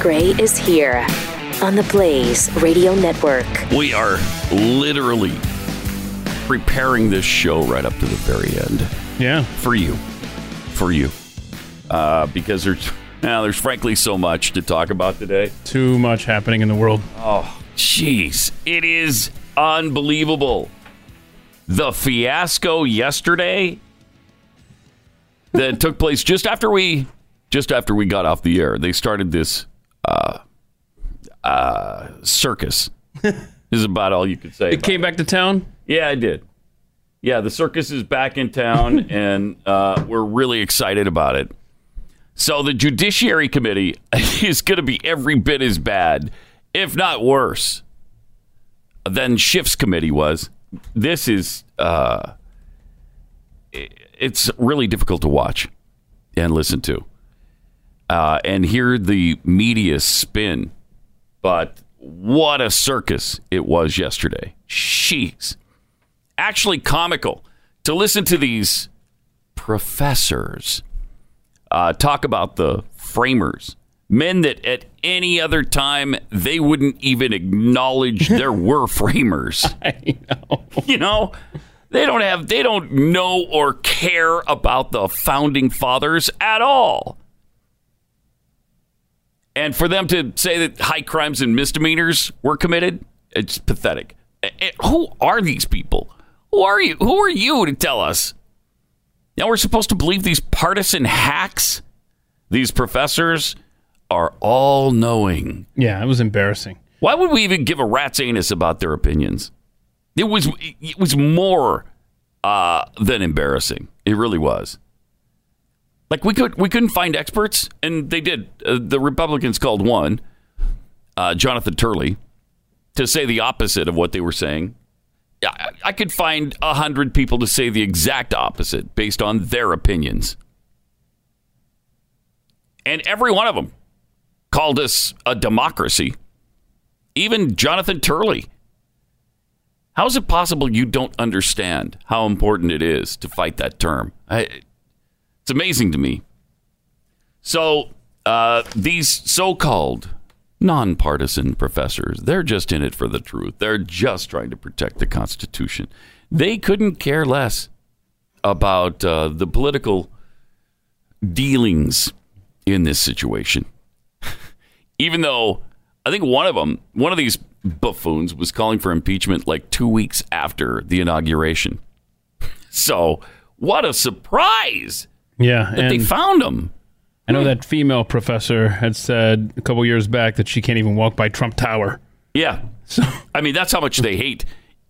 Gray is here on the Blaze Radio Network. We are literally preparing this show right up to the very end Yeah. for you, for you, uh, because there's now there's frankly so much to talk about today. Too much happening in the world. Oh, jeez, it is unbelievable. The fiasco yesterday that took place just after we just after we got off the air. They started this uh, uh, circus. is about all you could say. It about came back to town. yeah, I did. Yeah, the circus is back in town, and uh, we're really excited about it. So the Judiciary Committee is going to be every bit as bad, if not worse, than Schiff's committee was. This is uh, i- it's really difficult to watch and listen to, uh, and hear the media spin. But what a circus it was yesterday! Jeez actually comical to listen to these professors uh, talk about the framers, men that at any other time they wouldn't even acknowledge there were framers. You know, they don't have, they don't know or care about the founding fathers at all. And for them to say that high crimes and misdemeanors were committed, it's pathetic. Eh, eh, Who are these people? Who are you? Who are you to tell us? Now we're supposed to believe these partisan hacks? These professors are all knowing. Yeah, it was embarrassing. Why would we even give a rat's anus about their opinions? It was it was more uh, than embarrassing. It really was. Like we could we couldn't find experts, and they did. Uh, the Republicans called one, uh, Jonathan Turley, to say the opposite of what they were saying. Yeah, I, I could find a hundred people to say the exact opposite based on their opinions, and every one of them called us a democracy even Jonathan Turley. How is it possible you don't understand how important it is to fight that term? I, it's amazing to me. So uh, these so-called nonpartisan professors, they're just in it for the truth. They're just trying to protect the Constitution. They couldn't care less about uh, the political dealings in this situation even though I think one of them, one of these buffoons, was calling for impeachment like two weeks after the inauguration. So, what a surprise Yeah, that they and found him. I know that female professor had said a couple years back that she can't even walk by Trump Tower. Yeah. I mean, that's how much they hate.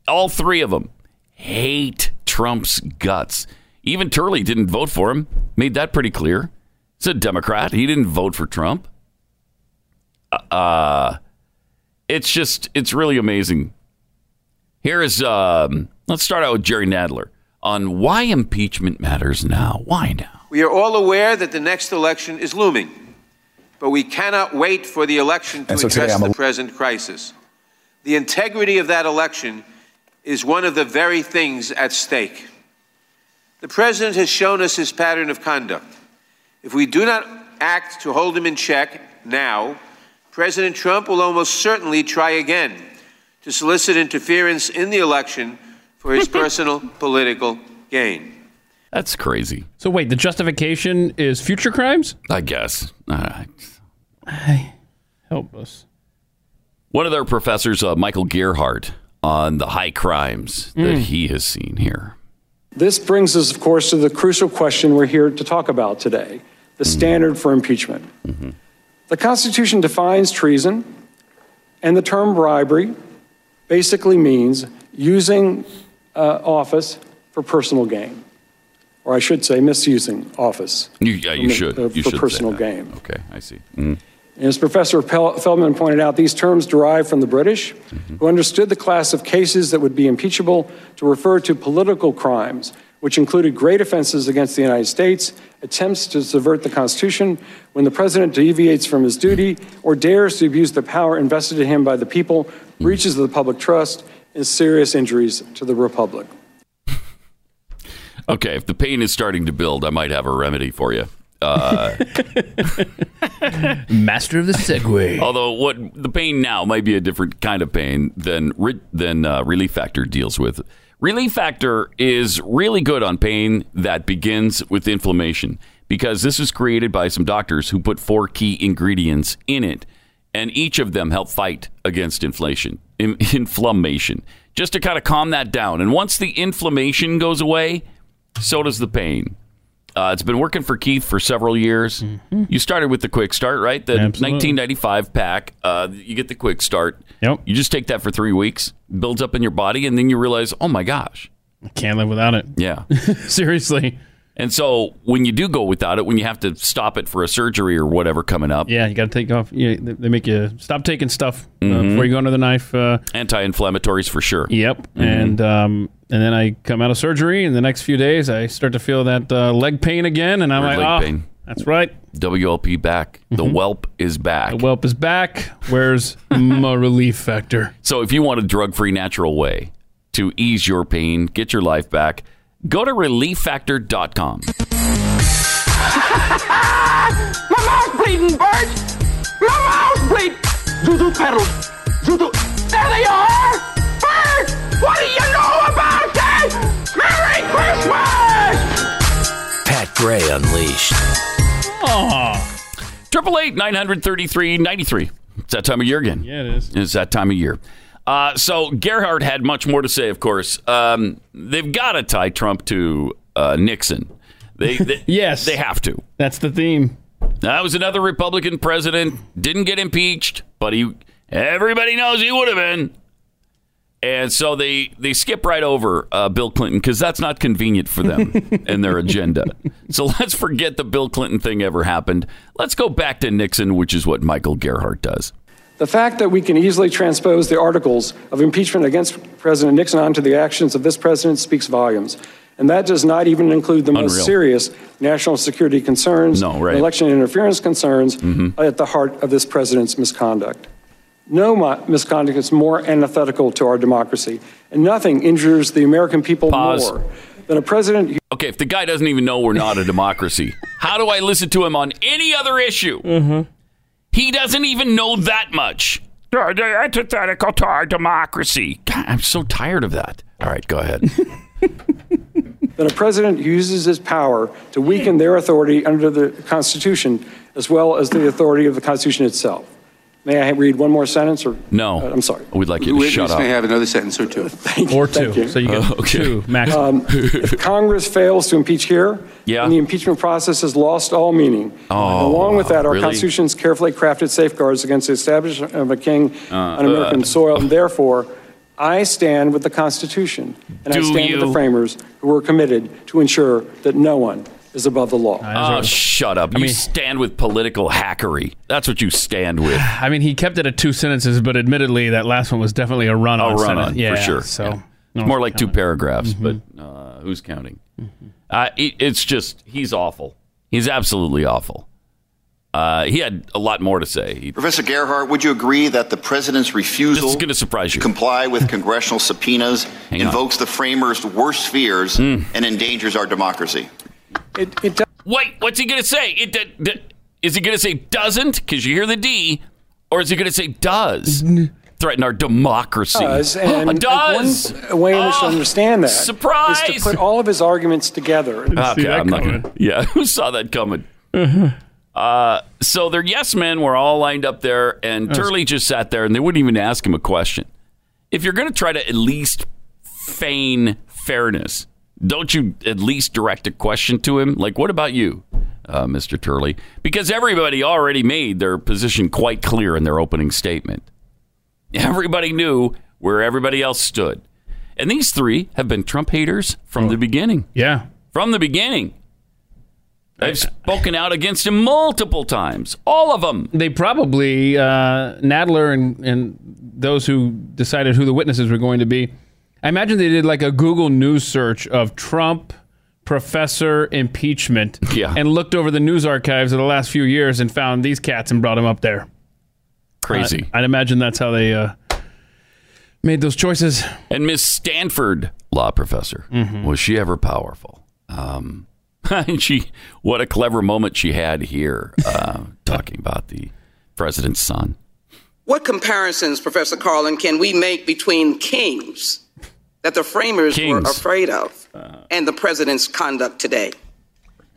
All three of them hate Trump's guts. Even Turley didn't vote for him, made that pretty clear. He's a Democrat. He didn't vote for Trump. Uh, it's just, it's really amazing. Here is, um, let's start out with Jerry Nadler on why impeachment matters now. Why now? We are all aware that the next election is looming, but we cannot wait for the election to And so today address I'm a- the present crisis. The integrity of that election is one of the very things at stake. The president has shown us his pattern of conduct. If we do not act to hold him in check now, President Trump will almost certainly try again to solicit interference in the election for his personal political gain. That's crazy, So wait, the justification is future crimes? I guess. Uh, All right. Help us. One of their professors, uh, Michael Gearhart, on the high crimes that he has seen here. This brings us, of course, to the crucial question we're here to talk about today the standard for impeachment. The Constitution defines treason, and the term bribery basically means using uh, office for personal gain, or I should say, misusing office. You, yeah, you for- should. uh, You for should say personal that. gain. Okay, I see. Mm. And as Professor Pel- Feldman pointed out, these terms derive from the British, who understood the class of cases that would be impeachable to refer to political crimes, which included great offenses against the United States, attempts to subvert the Constitution, when the president deviates from his duty or dares to abuse the power invested in him by the people, breaches of the public trust, and serious injuries to the republic. Okay, if the pain is starting to build, I might have a remedy for you. Uh, Uh, Master of the Segway. although what the pain now might be a different kind of pain than re- than uh, Relief Factor deals with. Relief Factor is really good on pain that begins with inflammation because this was created by some doctors who put four key ingredients in it, and each of them help fight against inflation, in- inflammation, just to kind of calm that down. And once the inflammation goes away, so does the pain. Uh, it's been working for Keith for several years. You started with the quick start, right? The Absolutely. 1995 pack. Uh, you get the quick start. Yep. You just take that for three weeks, builds up in your body, and then you realize, oh my gosh, Can't live without it. yeah. Seriously. and so when you do go without it, when you have to stop it for a surgery or whatever coming up, Yeah, you got to take off. Yeah, they they make you stop taking stuff uh, before you go under the knife. Uh, anti-inflammatories for sure. yep. And um, and then I come out of surgery, and the next few days I start to feel that uh, leg pain again, and I'm Weird like, leg oh, pain." that's right. WLP back. The whelp is back. Mm-hmm. The whelp is back. Where's my relief factor? So if you want a drug-free natural way to ease your pain, get your life back, go to relieffactor.com. My mouth's bleeding, Bert! My mouth's bleeding! Zuzu pedals! Zuzu! There they are! Bert! What do you know about this? Merry Christmas! Pat Gray Unleashed. Triple eight nine hundred thirty three ninety three. It's that time of year again. Yeah, it is. It's that time of year. Uh, so Gerhardt had much more to say. Of course, um, they've got to tie Trump to uh, Nixon. They, they Yes. they have to. That's the theme. That was another Republican president. Didn't get impeached, but he everybody knows he would have been. And so they they skip right over uh, Bill Clinton because that's not convenient for them and their agenda. So let's forget the Bill Clinton thing ever happened. Let's go back to Nixon, which is what Michael Gerhardt does. The fact that we can easily transpose the articles of impeachment against President Nixon onto the actions of this president speaks volumes. And that does not even include the Unreal. most serious national security concerns, No, right. Mm-hmm. and election interference concerns at the heart of this president's misconduct. No mo- misconduct is more antithetical to our democracy, and nothing injures the American people Pause. more than a president who Okay, if the guy doesn't even know we're not a democracy, how do I listen to him on any other issue? He doesn't even know that much. They're- they're Antithetical to our democracy. God, I'm so tired of that. All right, go ahead. that a president uses his power to weaken their authority under the Constitution as well as the authority of the Constitution itself. May I read one more sentence or? No, Uh, I'm sorry. We'd like you to Witness shut up. may have another sentence or two. Or two. you. Um, So you get Oh, okay. two max. If Congress fails to impeach here, Yeah. then the impeachment process has lost all meaning. Oh, Along with that, our really? Constitution's carefully crafted safeguards against the establishment of a king Uh, on American soil, and therefore, I stand with the Constitution, and I Do stand with you? the framers who were committed to ensure that no one is above the law. Oh, shut up. You mean- stand with political hackery. That's what you stand with. I mean, he kept it at two sentences, but admittedly, that last one was definitely a run on. A run sentence. on, yeah, for sure. So Yeah. It's more like two paragraphs, but uh, who's counting? Uh, it, it's just, he's awful. He's absolutely awful. Uh, he had a lot more to say. He- Professor Gerhardt, would you agree that the president's This refusal is going to surprise you. to comply with congressional subpoenas Hang on. Hmm. invokes the framers' worst fears and endangers our democracy? It, it does Wait, what's he going to say? It, d- d- is he going to say doesn't, because you hear the D, or is he going to say does? Threaten our democracy. does, and like, does. one way in which to Ah, understand that is Surprise! to put all of his arguments together. Okay, that I'm not coming. Uh-huh. gonna- yeah, who saw that coming? Uh, so their yes men were all lined up there, and Turley just sat there, and they wouldn't even ask him a question. If you're going to try to at least feign fairness, don't you at least direct a question to him? Like, what about you, uh, Mr. Turley? Because everybody already made their position quite clear in their opening statement. Everybody knew where everybody else stood. And these three have been Trump haters Oh. from the beginning Yeah. from the beginning. They've spoken out against him multiple times, all of them. They probably, uh, Nadler and, and those who decided who the witnesses were going to be, I imagine they did like a Google News search of Trump professor impeachment Yeah. and looked over the news archives of the last few years and found these cats and brought them up there. Crazy. I'd imagine that's how they uh, made those choices. Mm-hmm. and Miss Stanford, law professor, was she ever powerful? Um, and she, what a clever moment she had here, uh, talking about the president's son. What comparisons, Professor Carlin, can we make between kings that the framers were Kings. Uh-huh. afraid of and the president's conduct today?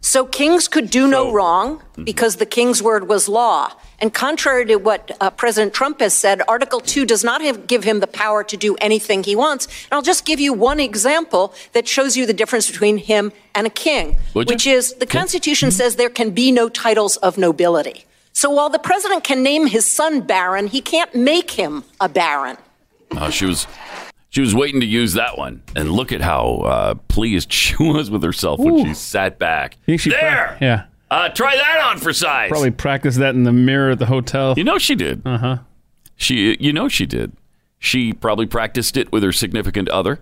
So kings could do no wrong mm-hmm. because the king's word was law. And contrary to what uh, President Trump has said, Article 2 does not have, give him the power to do anything he wants. And I'll just give you one example that shows you the difference between him and a king, Would you? Mm-hmm. which is the Okay. Constitution says there can be no titles of nobility. So while the president can name his son baron, he can't make him a baron. Uh, she was she was waiting to use that one, and look at how uh, pleased she was with herself when she sat back. think she there, prac- yeah. Uh, try that on for size. Probably practice that in the mirror at the hotel. You know she did. Uh huh. She, you know she did. She probably practiced it with her significant other,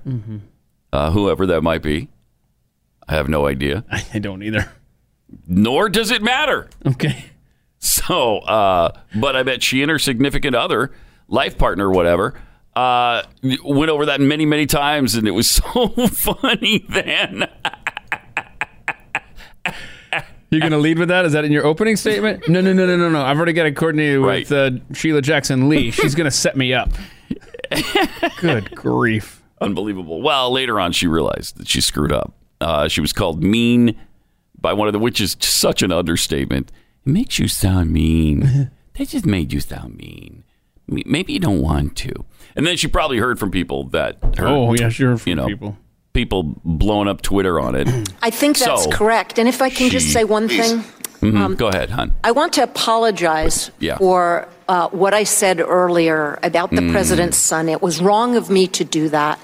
uh, whoever that might be. I have no idea. I don't either. Nor does it matter. Okay. So, uh, but I bet she and her significant other, life partner, whatever, uh, went over that many, many times, and it was so funny then. You're going to lead with that? Is that in your opening statement? No, no, no, no, no, no. I've already got it coordinated Right. with uh, Sheila Jackson Lee. She's going to set me up. Good grief. Unbelievable. Well, later on, she realized that she screwed up. Uh, she was called mean by one of the, which is such an understatement. It makes you sound mean. they just made you sound mean. M- Maybe you don't want to. And then she probably heard from people that her, Oh, yeah, sure. From you know, people. people blowing up Twitter on it. Mm-hmm. I think that's So, correct. And if I can she- just say one Please. thing. Mhm. Um, Go ahead, hon. I want to apologize Yeah. Mm. for uh, what I said earlier about the president's son. It was wrong of me to do that.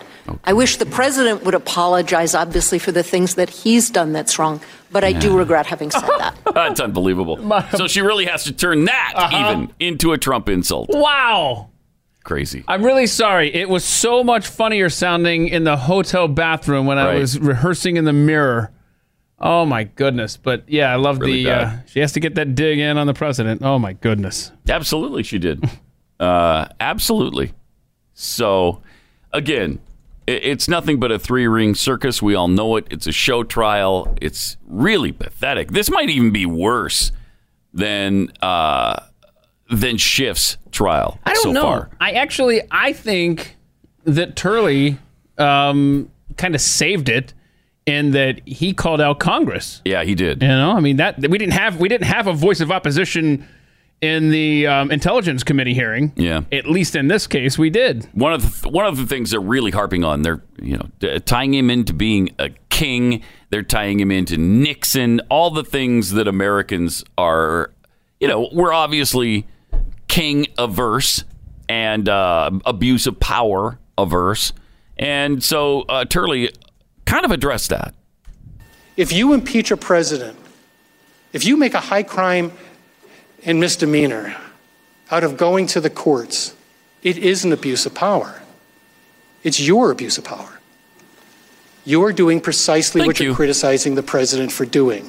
I wish the president would apologize, obviously, for the things that he's done that's wrong, but I do regret having said that. That's unbelievable. so she really has to turn that Uh-huh. even into a Trump insult. Wow. Crazy. I'm really sorry. It was so much funnier sounding in the hotel bathroom when I Right. was rehearsing in the mirror. Oh my goodness! But yeah, I love Really the. Uh, bad. she has to get that dig in on the president. Oh my goodness! Absolutely, she did. Uh, absolutely. So, again, i- it's nothing but a three ring circus. We all know it. It's a show trial. It's really pathetic. This might even be worse than uh, than Schiff's trial. I don't so know. Far. I actually I think that Turley um, kind of saved it in that he called out Congress. Yeah, he did. You know, I mean that we didn't have we didn't have a voice of opposition in the um, intelligence committee hearing. Yeah. At least in this case, we did. one of the one of the things they're really harping on they're you know t- tying him into being a king they're tying him into Nixon all the things that Americans are you know we're obviously king averse and uh, abuse of power averse and so uh, Turley kind of addressed that If you impeach a president, if you make a high crime and misdemeanor out of going to the courts, it is an abuse of power. It's your abuse of power. You're doing precisely Thank what you're you. criticizing the president for doing.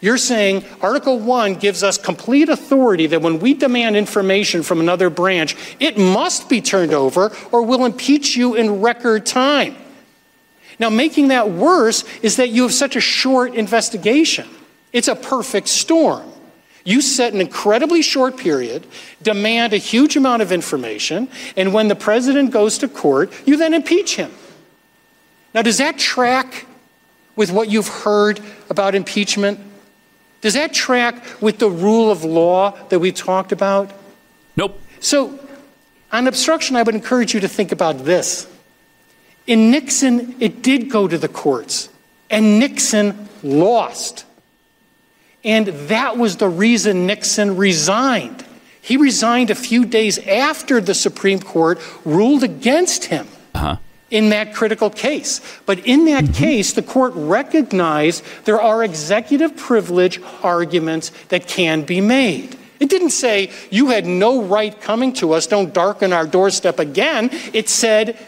You're saying Article 1 gives us complete authority that when we demand information from another branch, it must be turned over or we'll impeach you in record time. Now, making that worse is that you have such a short investigation. It's a perfect storm. You set an incredibly short period, demand a huge amount of information, and when the president goes to court, you then impeach him. Now, does that track with what you've heard about impeachment? Does that track with the rule of law that we talked about? nope So, on obstruction, I would encourage you to think about this. In Nixon, it did go to the courts, and Nixon lost. And that was the reason Nixon resigned. He resigned a few days after the Supreme Court ruled against him in that critical case. But in that case, the court recognized there are executive privilege arguments that can be made. It didn't say, you had no right coming to us, don't darken our doorstep again. It said,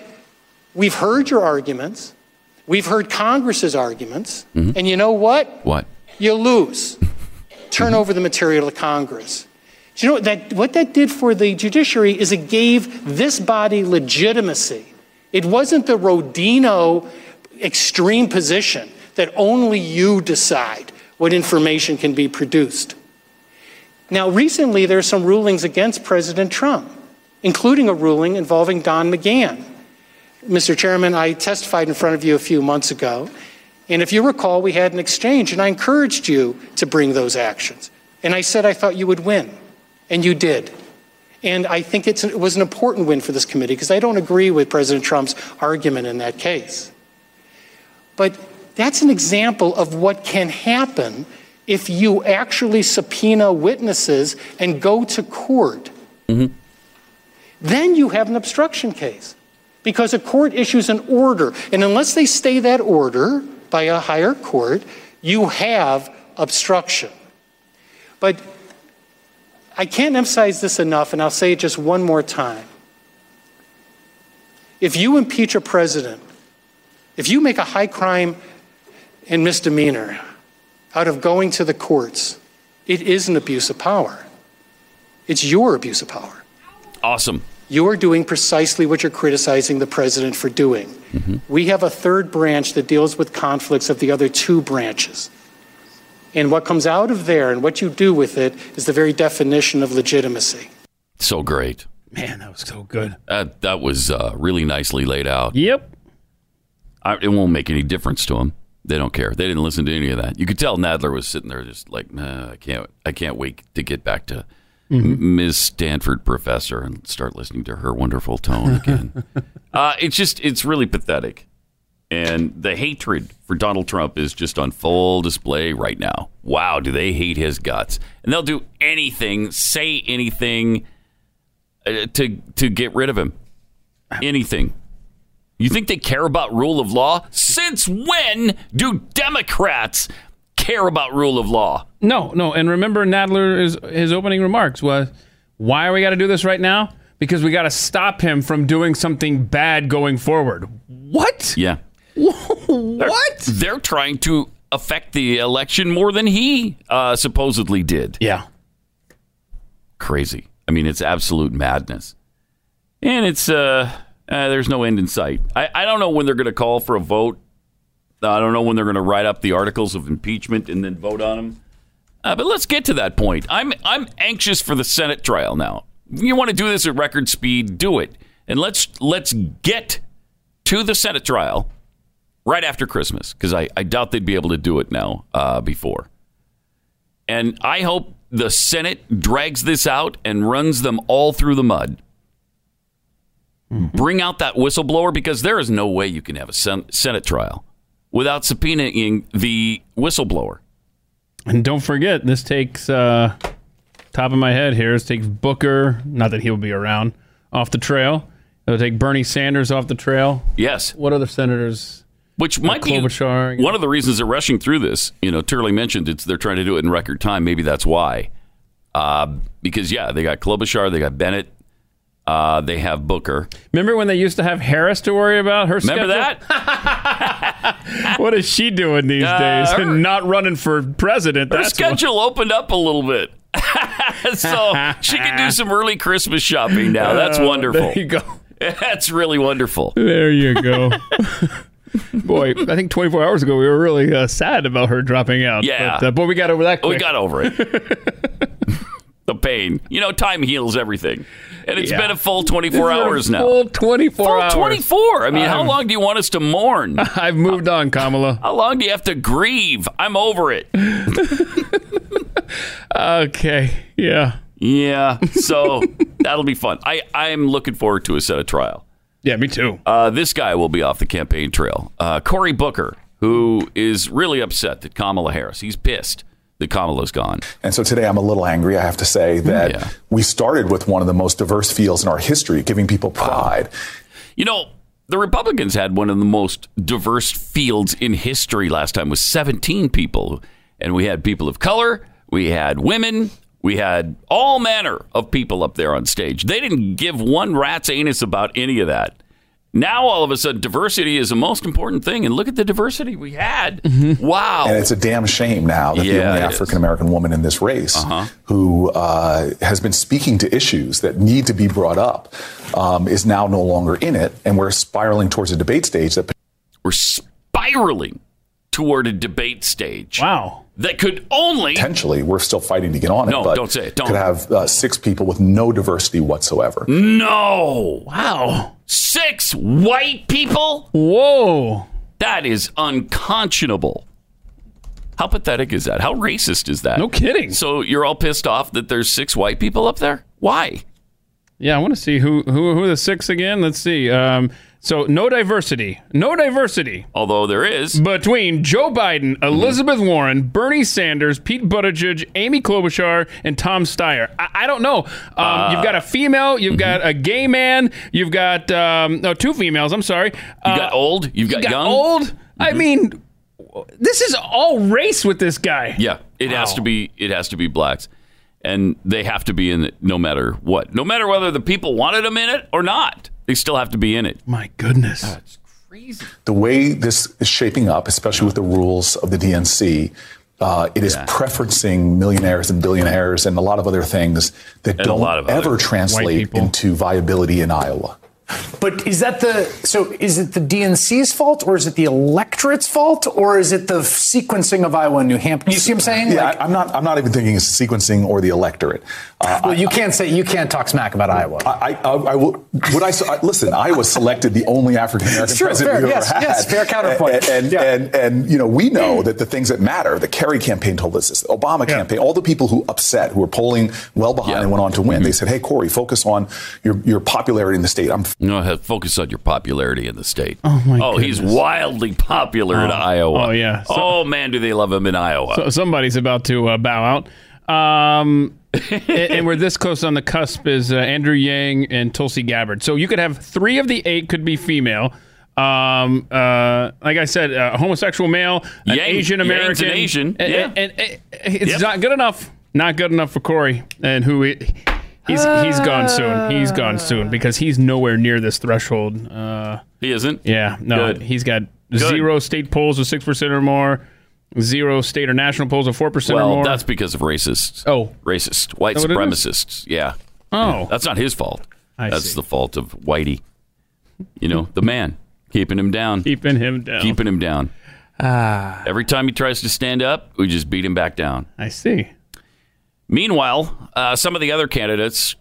we've heard your arguments, we've heard Congress's arguments, and you know what? what You lose. Turn over the material to Congress. Do you know what that, what that did for the judiciary is it gave this body legitimacy. It wasn't the Rodino extreme position that only you decide what information can be produced. Now, recently, there are some rulings against President Trump, including a ruling involving Don McGahn. Mr. Chairman, I testified in front of you a few months ago, and if you recall, we had an exchange, and I encouraged you to bring those actions. And I said I thought you would win, and you did. And I think it's, it was an important win for this committee because I don't agree with President Trump's argument in that case. But that's an example of what can happen if you actually subpoena witnesses and go to court. Mm-hmm. Then you have an obstruction case because a court issues an order. And unless they stay that order by a higher court, you have obstruction. But I can't emphasize this enough, and I'll say it just one more time. If you impeach a president, if you make a high crime and misdemeanor out of going to the courts, it is an abuse of power. It's your abuse of power. Awesome. You are doing precisely what you're criticizing the president for doing. We have a third branch that deals with conflicts of the other two branches. And what comes out of there and what you do with it is the very definition of legitimacy. So great. Man, that was so good. That that was uh, really nicely laid out. Yep. I, it won't make any difference to them. They don't care. They didn't listen to any of that. You could tell Nadler was sitting there just like, nah, I can't, I can't wait to get back to Mhm. Ms. Stanford professor and start listening to her wonderful tone again. uh, it's just, it's really pathetic, and the hatred for Donald Trump is just on full display right now. Wow, do they hate his guts? And they'll do anything, say anything, uh, to to get rid of him. Anything. You think they care about rule of law? Since when do Democrats care about rule of law? No, no. And remember, Nadler is his opening remarks was, "Why are we got to do this right now? Because we got to stop him from doing something bad going forward." What? Yeah. What? They're, they're trying to affect the election more than he uh, supposedly did. Yeah. Crazy. I mean, it's absolute madness. And it's, uh, uh, there's no end in sight. I, I don't know when they're going to call for a vote. I don't know when they're going to write up the articles of impeachment and then vote on them. Uh, but let's get to that point. I'm, I'm anxious for the Senate trial now. You want to do this at record speed, do it. And let's, let's get to the Senate trial right after Christmas because I, I doubt they'd be able to do it now uh, before. And I hope the Senate drags this out and runs them all through the mud. Bring out that whistleblower because there is no way you can have a sen- Senate trial without subpoenaing the whistleblower. And don't forget, this takes uh, top of my head here. This takes Booker. Not that he'll be around off the trail. It'll take Bernie Sanders off the trail. Yes. What other senators? Which might be Klobuchar. one of the reasons they're rushing through this. You know, Turley mentioned it's they're trying to do it in record time. Maybe that's why. Uh, because yeah, they got Klobuchar, they got Bennett, uh, they have Booker. Remember when they used to have Harris to worry about her? Remember that? what is she doing these days? Uh, her- Not running for president. Her that's what- schedule opened up a little bit. so she can do some early Christmas shopping now. That's Oh, wonderful. there you go. That's really wonderful. There you go. Boy, I think 24 hours ago we were really uh, sad about her dropping out. Yeah. But, uh, but we got over that quick. We got over it. the pain. You know, time heals everything. And it's Yeah. been a full This is 24 a hours now. Full 24 Full hours. 24. I mean, how I'm- long do you want us to mourn? I've moved on, Kamala. How long do you have to grieve? I'm over it. Okay. Yeah. Yeah. So that'll be fun. I, I'm looking forward to a set of trial. Yeah, me too. Uh, this guy will be off the campaign trail. Uh, Cory Booker, who is really upset that Kamala Harris, he's pissed that Kamala's gone. And so today I'm a little angry, I have to say, that we started with one of the most diverse fields in our history, giving people pride. You know, the Republicans had one of the most diverse fields in history last time with 17 people. And we had people of color, we had women, we had all manner of people up there on stage. They didn't give one rat's anus about any of that. Now, all of a sudden, diversity is the most important thing. And look at the diversity we had. Wow. Mm-hmm. And it's a damn shame now that the Yeah, only it is. African American woman in this race who uh, has been speaking to issues that need to be brought up um, is now no longer in it. And we're spiraling towards a debate stage that We're spiraling toward a debate stage. Wow. That could only potentially we're still fighting to get on No, it. but don't say it, don't. Mm. Could have uh, six people with no diversity whatsoever. No. Wow. Six white people? Whoa. That is unconscionable. How pathetic is that? How racist is that? No kidding. So you're all pissed off that there's six white people up there? Why? Yeah, I want to see who who who are the six again. Let's see. Um, so no diversity, no diversity Although there is. between Joe Biden, Elizabeth Warren, Bernie Sanders, Pete Buttigieg, Amy Klobuchar, and Tom Steyer. I, I don't know. Um, you've got a female, Mm-hmm. you've got a gay man, you've got um, no two females. I'm sorry. Uh, You got old, you've got, got young. old. Mm-hmm. I mean, this is all race with this guy. Yeah, it has to be it has to be blacks. And they have to be in it no matter what. No matter whether the people wanted them in it or not, they still have to be in it. My goodness. the way this is shaping up, especially with the rules of the DNC, uh, it is preferencing millionaires and billionaires and a lot of other things that a don't lot of ever other translate into viability in Iowa. But is that the so? Is it the DNC's fault, or is it the electorate's fault, or is it the sequencing of Iowa and New Hampshire? You see what I'm saying? Yeah, I, am not. I'm not even thinking it's the sequencing or the electorate. Uh, Well, you can't say you can't talk smack about Iowa. I, I, I will. Would I, I listen? Iowa selected the only African American Sure, president fair, we've yes, ever had. yes, fair counterpoint. And and, and and, you know we know that the things that matter, the Kerry campaign told us this, the Obama campaign, all the people who upset, who were polling well behind and went on to win, they said, "Hey, Corey, focus on your your popularity in the state." I'm No, have- focus on your popularity in the state. Oh, my he's wildly popular in Oh. Iowa. Oh, yeah. So- oh man, do they love him in Iowa? So somebody's about to uh, bow out. Um, and, and we're this close on the cusp is uh, Andrew Yang and Tulsi Gabbard. So you could have three of the eight could be female. Um, uh, like I said, a homosexual male, an Yang- Asian Yang's American, an Asian, and, yeah. and- and it's Yep. not good enough. Not good enough for Corey, and who he, he's he's gone soon. He's gone soon because he's nowhere near this threshold. Uh, he isn't. yeah, no, Good. he's got Good. zero state polls of six percent or more, zero state or national polls of four percent or Well, more. that's because of racists. Oh. racist white Is that what it is? supremacists. Yeah. Oh. that's not his fault. I that's see. the fault of Whitey. You know, the man keeping him down, keeping him down. keeping him down. Ah. Every time he tries to stand up, we just beat him back down. I see. Meanwhile, uh, some of the other candidates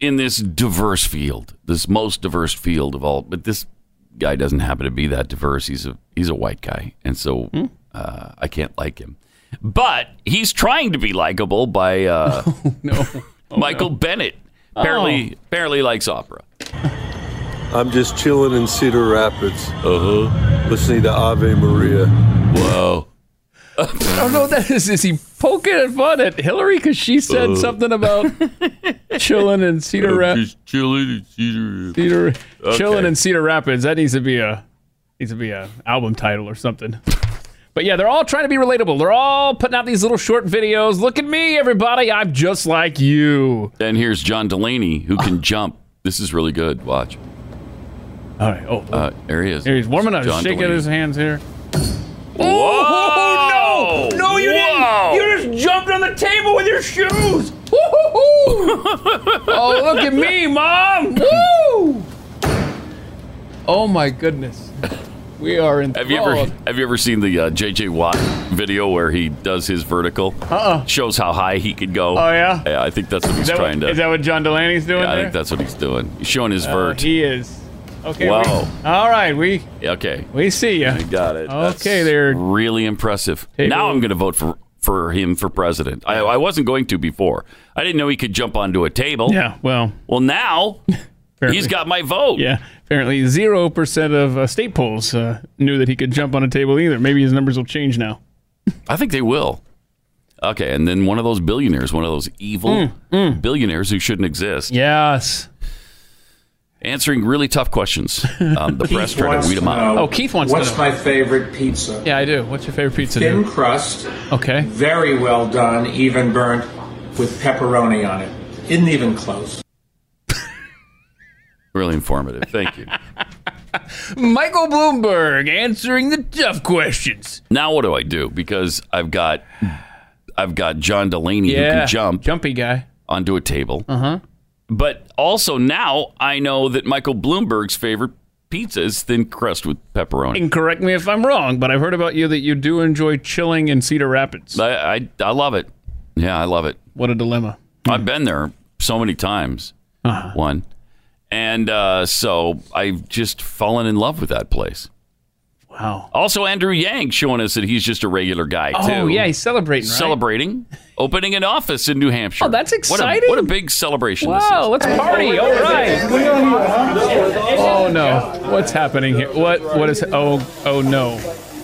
in this diverse field, this most diverse field of all, but this guy doesn't happen to be that diverse. He's a he's a white guy, and so Hmm. uh, I can't like him. But he's trying to be likable by uh, Oh, Michael Bennett. Apparently, apparently likes opera. I'm just chilling in Cedar Rapids. Uh huh. Listening to Ave Maria. Whoa. I don't know what Oh, that is. Is he poking fun at Hillary because she said Uh. something about chilling in Cedar Rapids? chilling in Cedar. Cedar, chilling Okay. in Cedar Rapids. That needs to be a needs to be a album title or something. But yeah, they're all trying to be relatable. They're all putting out these little short videos. Look at me, everybody. I'm just like you. Then here's John Delaney who can jump. This is really good. Watch. All right. Oh, uh, there he is. Here he's warming up, John shaking Delaney. his hands here. Whoa! No, you didn't. You just jumped on the table with your shoes. Oh, look at me, mom. Woo! Oh my goodness. We are in. Have you ever have you ever seen the uh, JJ Watt video where he does his vertical? Uh-uh. Shows how high he could go. Oh, yeah? I think that's what he's Is that, trying what, to. is that what John Delaney's doing yeah, I there? think that's what he's doing. He's showing his Oh, vert. he is. Okay. Wow. we- all right, we Okay. we see you. I got it. Okay, there. Really impressive. Table. Now I'm going to vote for for him for president. I, I wasn't going to before. I didn't know he could jump onto a table. Yeah. Well, Well, now he's got my vote. yeah. Apparently, zero percent of uh, state polls uh, knew that he could jump on a table either. Maybe his numbers will change now. I think they will. Okay, and then one of those billionaires, one of those evil Mm, billionaires who shouldn't exist. Yes. answering really tough questions. Um, the press tried to weed them out. Oh, Keith wants What's to know. my favorite pizza? Yeah, I do. What's your favorite pizza? Thin dude? crust, Okay. very well done, even burnt, with pepperoni on it. Isn't even close. Really informative. Thank you. Michael Bloomberg answering the tough questions. now what do I do? Because I've got I've got John Delaney who Yeah, can jump jumpy guy onto a table. Uh huh. But also now I know that Michael Bloomberg's favorite pizza is thin crust with pepperoni. And correct me if I'm wrong, but I've heard about you that you do enjoy chilling in Cedar Rapids. I, I, I love it. Yeah, I love it. What a dilemma. I've been there so many times. Uh-huh. One. And uh, so I've just fallen in love with that place. Wow. Also, Andrew Yang showing us that he's just a regular guy, too. Oh, yeah, he's celebrating, right? Celebrating, opening an office in New Hampshire. Oh, that's What a- exciting. What a, big celebration this Wow, let's party. All right. Oh, no. What's happening here? What? What is. Oh, oh no.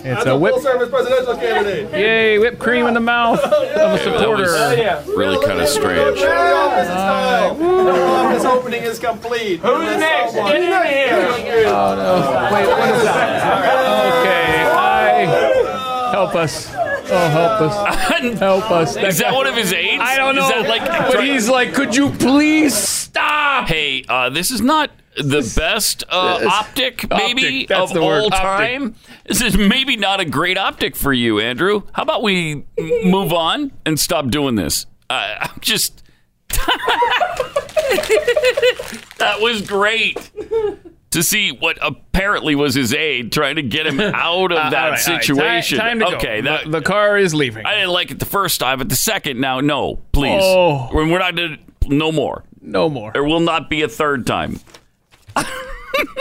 It's a whip. service presidential candidate. Yay, whipped cream in the mouth of a supporter. is. Really kind of strange. office time. The office opening is complete. Who's next? Get in here. Oh, no. Wait, what is that? Okay, I. Help us. Oh, help us. Help us. Is that one of his aides? I don't know. Is that like, but he's like, could you please stop? Hey, uh, this is not the best uh, Yes. optic, maybe, Optic, that's of the all word, optic. time. This is maybe not a great optic for you, Andrew. How about we m- move on and stop doing this? Uh, I'm just. that was great to see what apparently was his aide trying to get him out of Uh, that all right, all right. Ti- situation. time to go. okay, that, The car is leaving. I didn't like it the first time, but the second now, no, please. Oh. We're we're not doing no more. No more. There will not be a third time.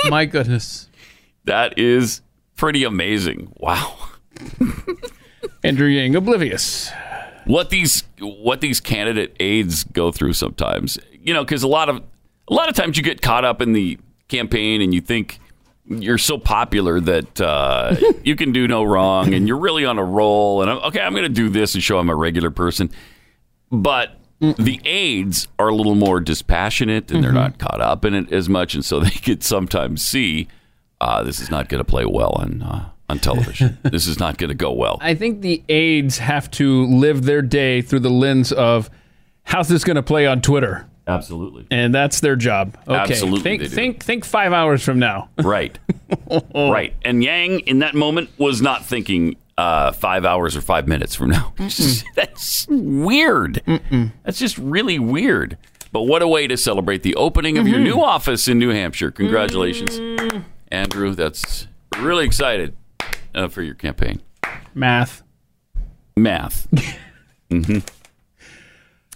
My goodness. That is pretty amazing. Wow. Andrew Yang, oblivious. What these what these candidate aides go through sometimes, you know, because a lot of a lot of times you get caught up in the campaign and you think you're so popular that uh, you can do no wrong and you're really on a roll and I'm, okay, I'm going to do this and show I'm a regular person. But the aides are a little more dispassionate and they're not caught up in it as much, and so they could sometimes see uh, this is not going to play well on uh, on television. this is not going to go well. I think the aides have to live their day through the lens of how's this going to play on Twitter? Absolutely. And that's their job. Okay. Absolutely Think, they do. think, think five hours from now. Right. Right. And Yang, in that moment, was not thinking uh, five hours or five minutes from now. That's weird. That's just really weird. But what a way to celebrate the opening of your new office in New Hampshire. Congratulations, Andrew. That's really excited uh, for your campaign. Math. Math. hmm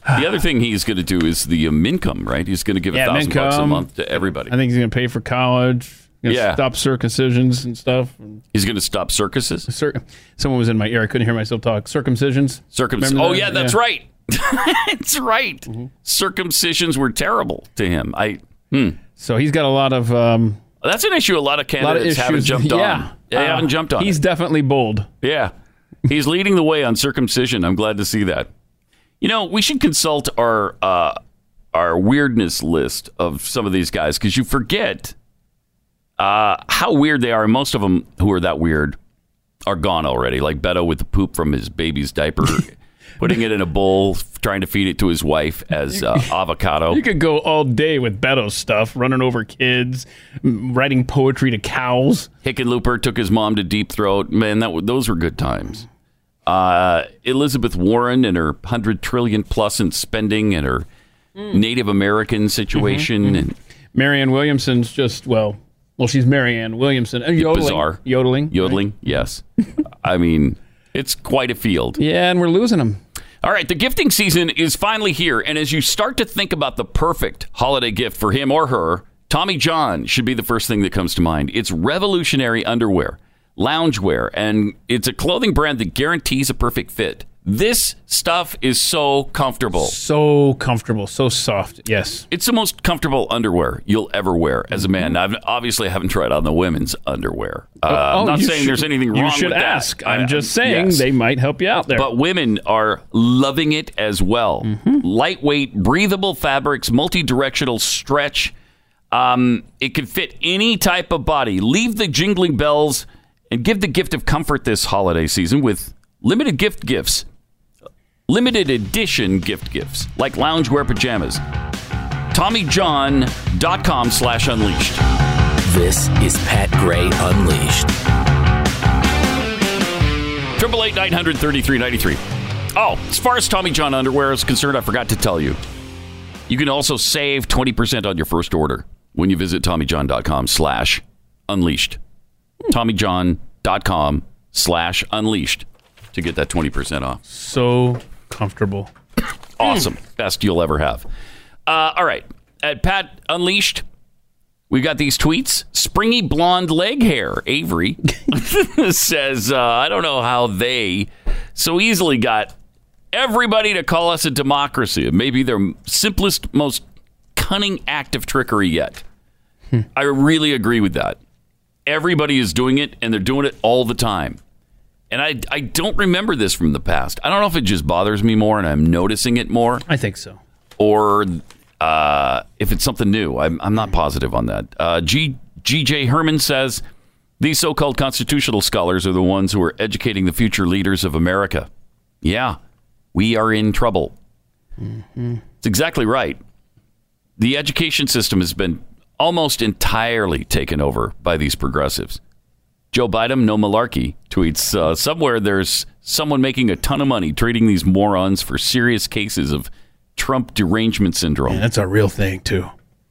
The other thing he's going to do is the um, income, right? He's going to give a Yeah, thousand bucks a Mincome. month to everybody. I think he's going to pay for college. Gonna Yeah. Stop circumcisions and stuff. He's going to stop circuses. Cir- Someone was in my ear. I couldn't hear myself talk. Circumcisions. Circumcision. Remember Oh that? Mm-hmm. yeah, that's right. that's right. Circumcisions were terrible to him. I. Hmm. So he's got a lot of um, That's an issue. A lot of a lot of candidates issues. haven't jumped yeah. on. They Uh, haven't jumped on. He's it. definitely bold. yeah. He's leading the way on circumcision. I'm glad to see that. You know, we should consult our uh, our weirdness list of some of these guys because you forget uh, how weird they are. And most of them who are that weird are gone already. Like Beto with the poop from his baby's diaper, putting it in a bowl, trying to feed it to his wife as uh, avocado. You could go all day with Beto's stuff, running over kids, m- writing poetry to cows. Hickenlooper took his mom to Deep Throat. Man, that wa- those were good times. Uh, Elizabeth Warren and her hundred trillion plus in spending and her Mm. Native Mm-hmm, American situation and Marianne Williamson's just well, well, she's Marianne Williamson. Uh, yodeling, bizarre yodeling, yodeling. Yes, I mean it's quite a field. Yeah, and we're losing them. All right, the gifting season is finally here, and as you start to think about the perfect holiday gift for him or her, Tommy John should be the first thing that comes to mind. It's revolutionary underwear, loungewear, and it's a clothing brand that guarantees a perfect fit. This stuff is so comfortable. So comfortable, so soft. Yes. It's the most comfortable underwear you'll ever wear as a man. Now, I've obviously I haven't tried on the women's underwear. Uh, Oh, I'm not you saying should- there's anything wrong You should with that. ask. I'm I- just saying yes. they might help you out there. But women are loving it as well. Lightweight, breathable fabrics, multi directional stretch. Um, it can fit any type of body. Leave the jingling bells and give the gift of comfort this holiday season with limited gift gifts, limited edition gift gifts like loungewear pajamas. TommyJohn.com slash unleashed. This is Pat Gray Unleashed. Triple eight nine hundred thirty three ninety three. Oh, as far as Tommy John underwear is concerned, I forgot to tell you. You can also save twenty percent on your first order when you visit TommyJohn.com/slash unleashed. TommyJohn.com slash unleashed to get that 20% off. So comfortable. Awesome. Best you'll ever have. Uh, all right. At Pat Unleashed, we've got these tweets. Springy blonde leg hair, Avery, says, uh, I don't know how they so easily got everybody to call us a democracy. It may be their simplest, most cunning act of trickery yet. I really agree with that. Everybody is doing it, and they're doing it all the time. And I, I don't remember this from the past. I don't know if it just bothers me more and I'm noticing it more. I think so. Or uh, if it's something new. I'm, I'm not positive on that. Uh, G, G.J. Herman says these so called constitutional scholars are the ones who are educating the future leaders of America. Yeah, we are in trouble. It's exactly right. The education system has been almost entirely taken over by these progressives. Joe Biden, no malarkey, tweets uh, somewhere there's someone making a ton of money treating these morons for serious cases of Trump derangement syndrome. Yeah, that's a real thing, too.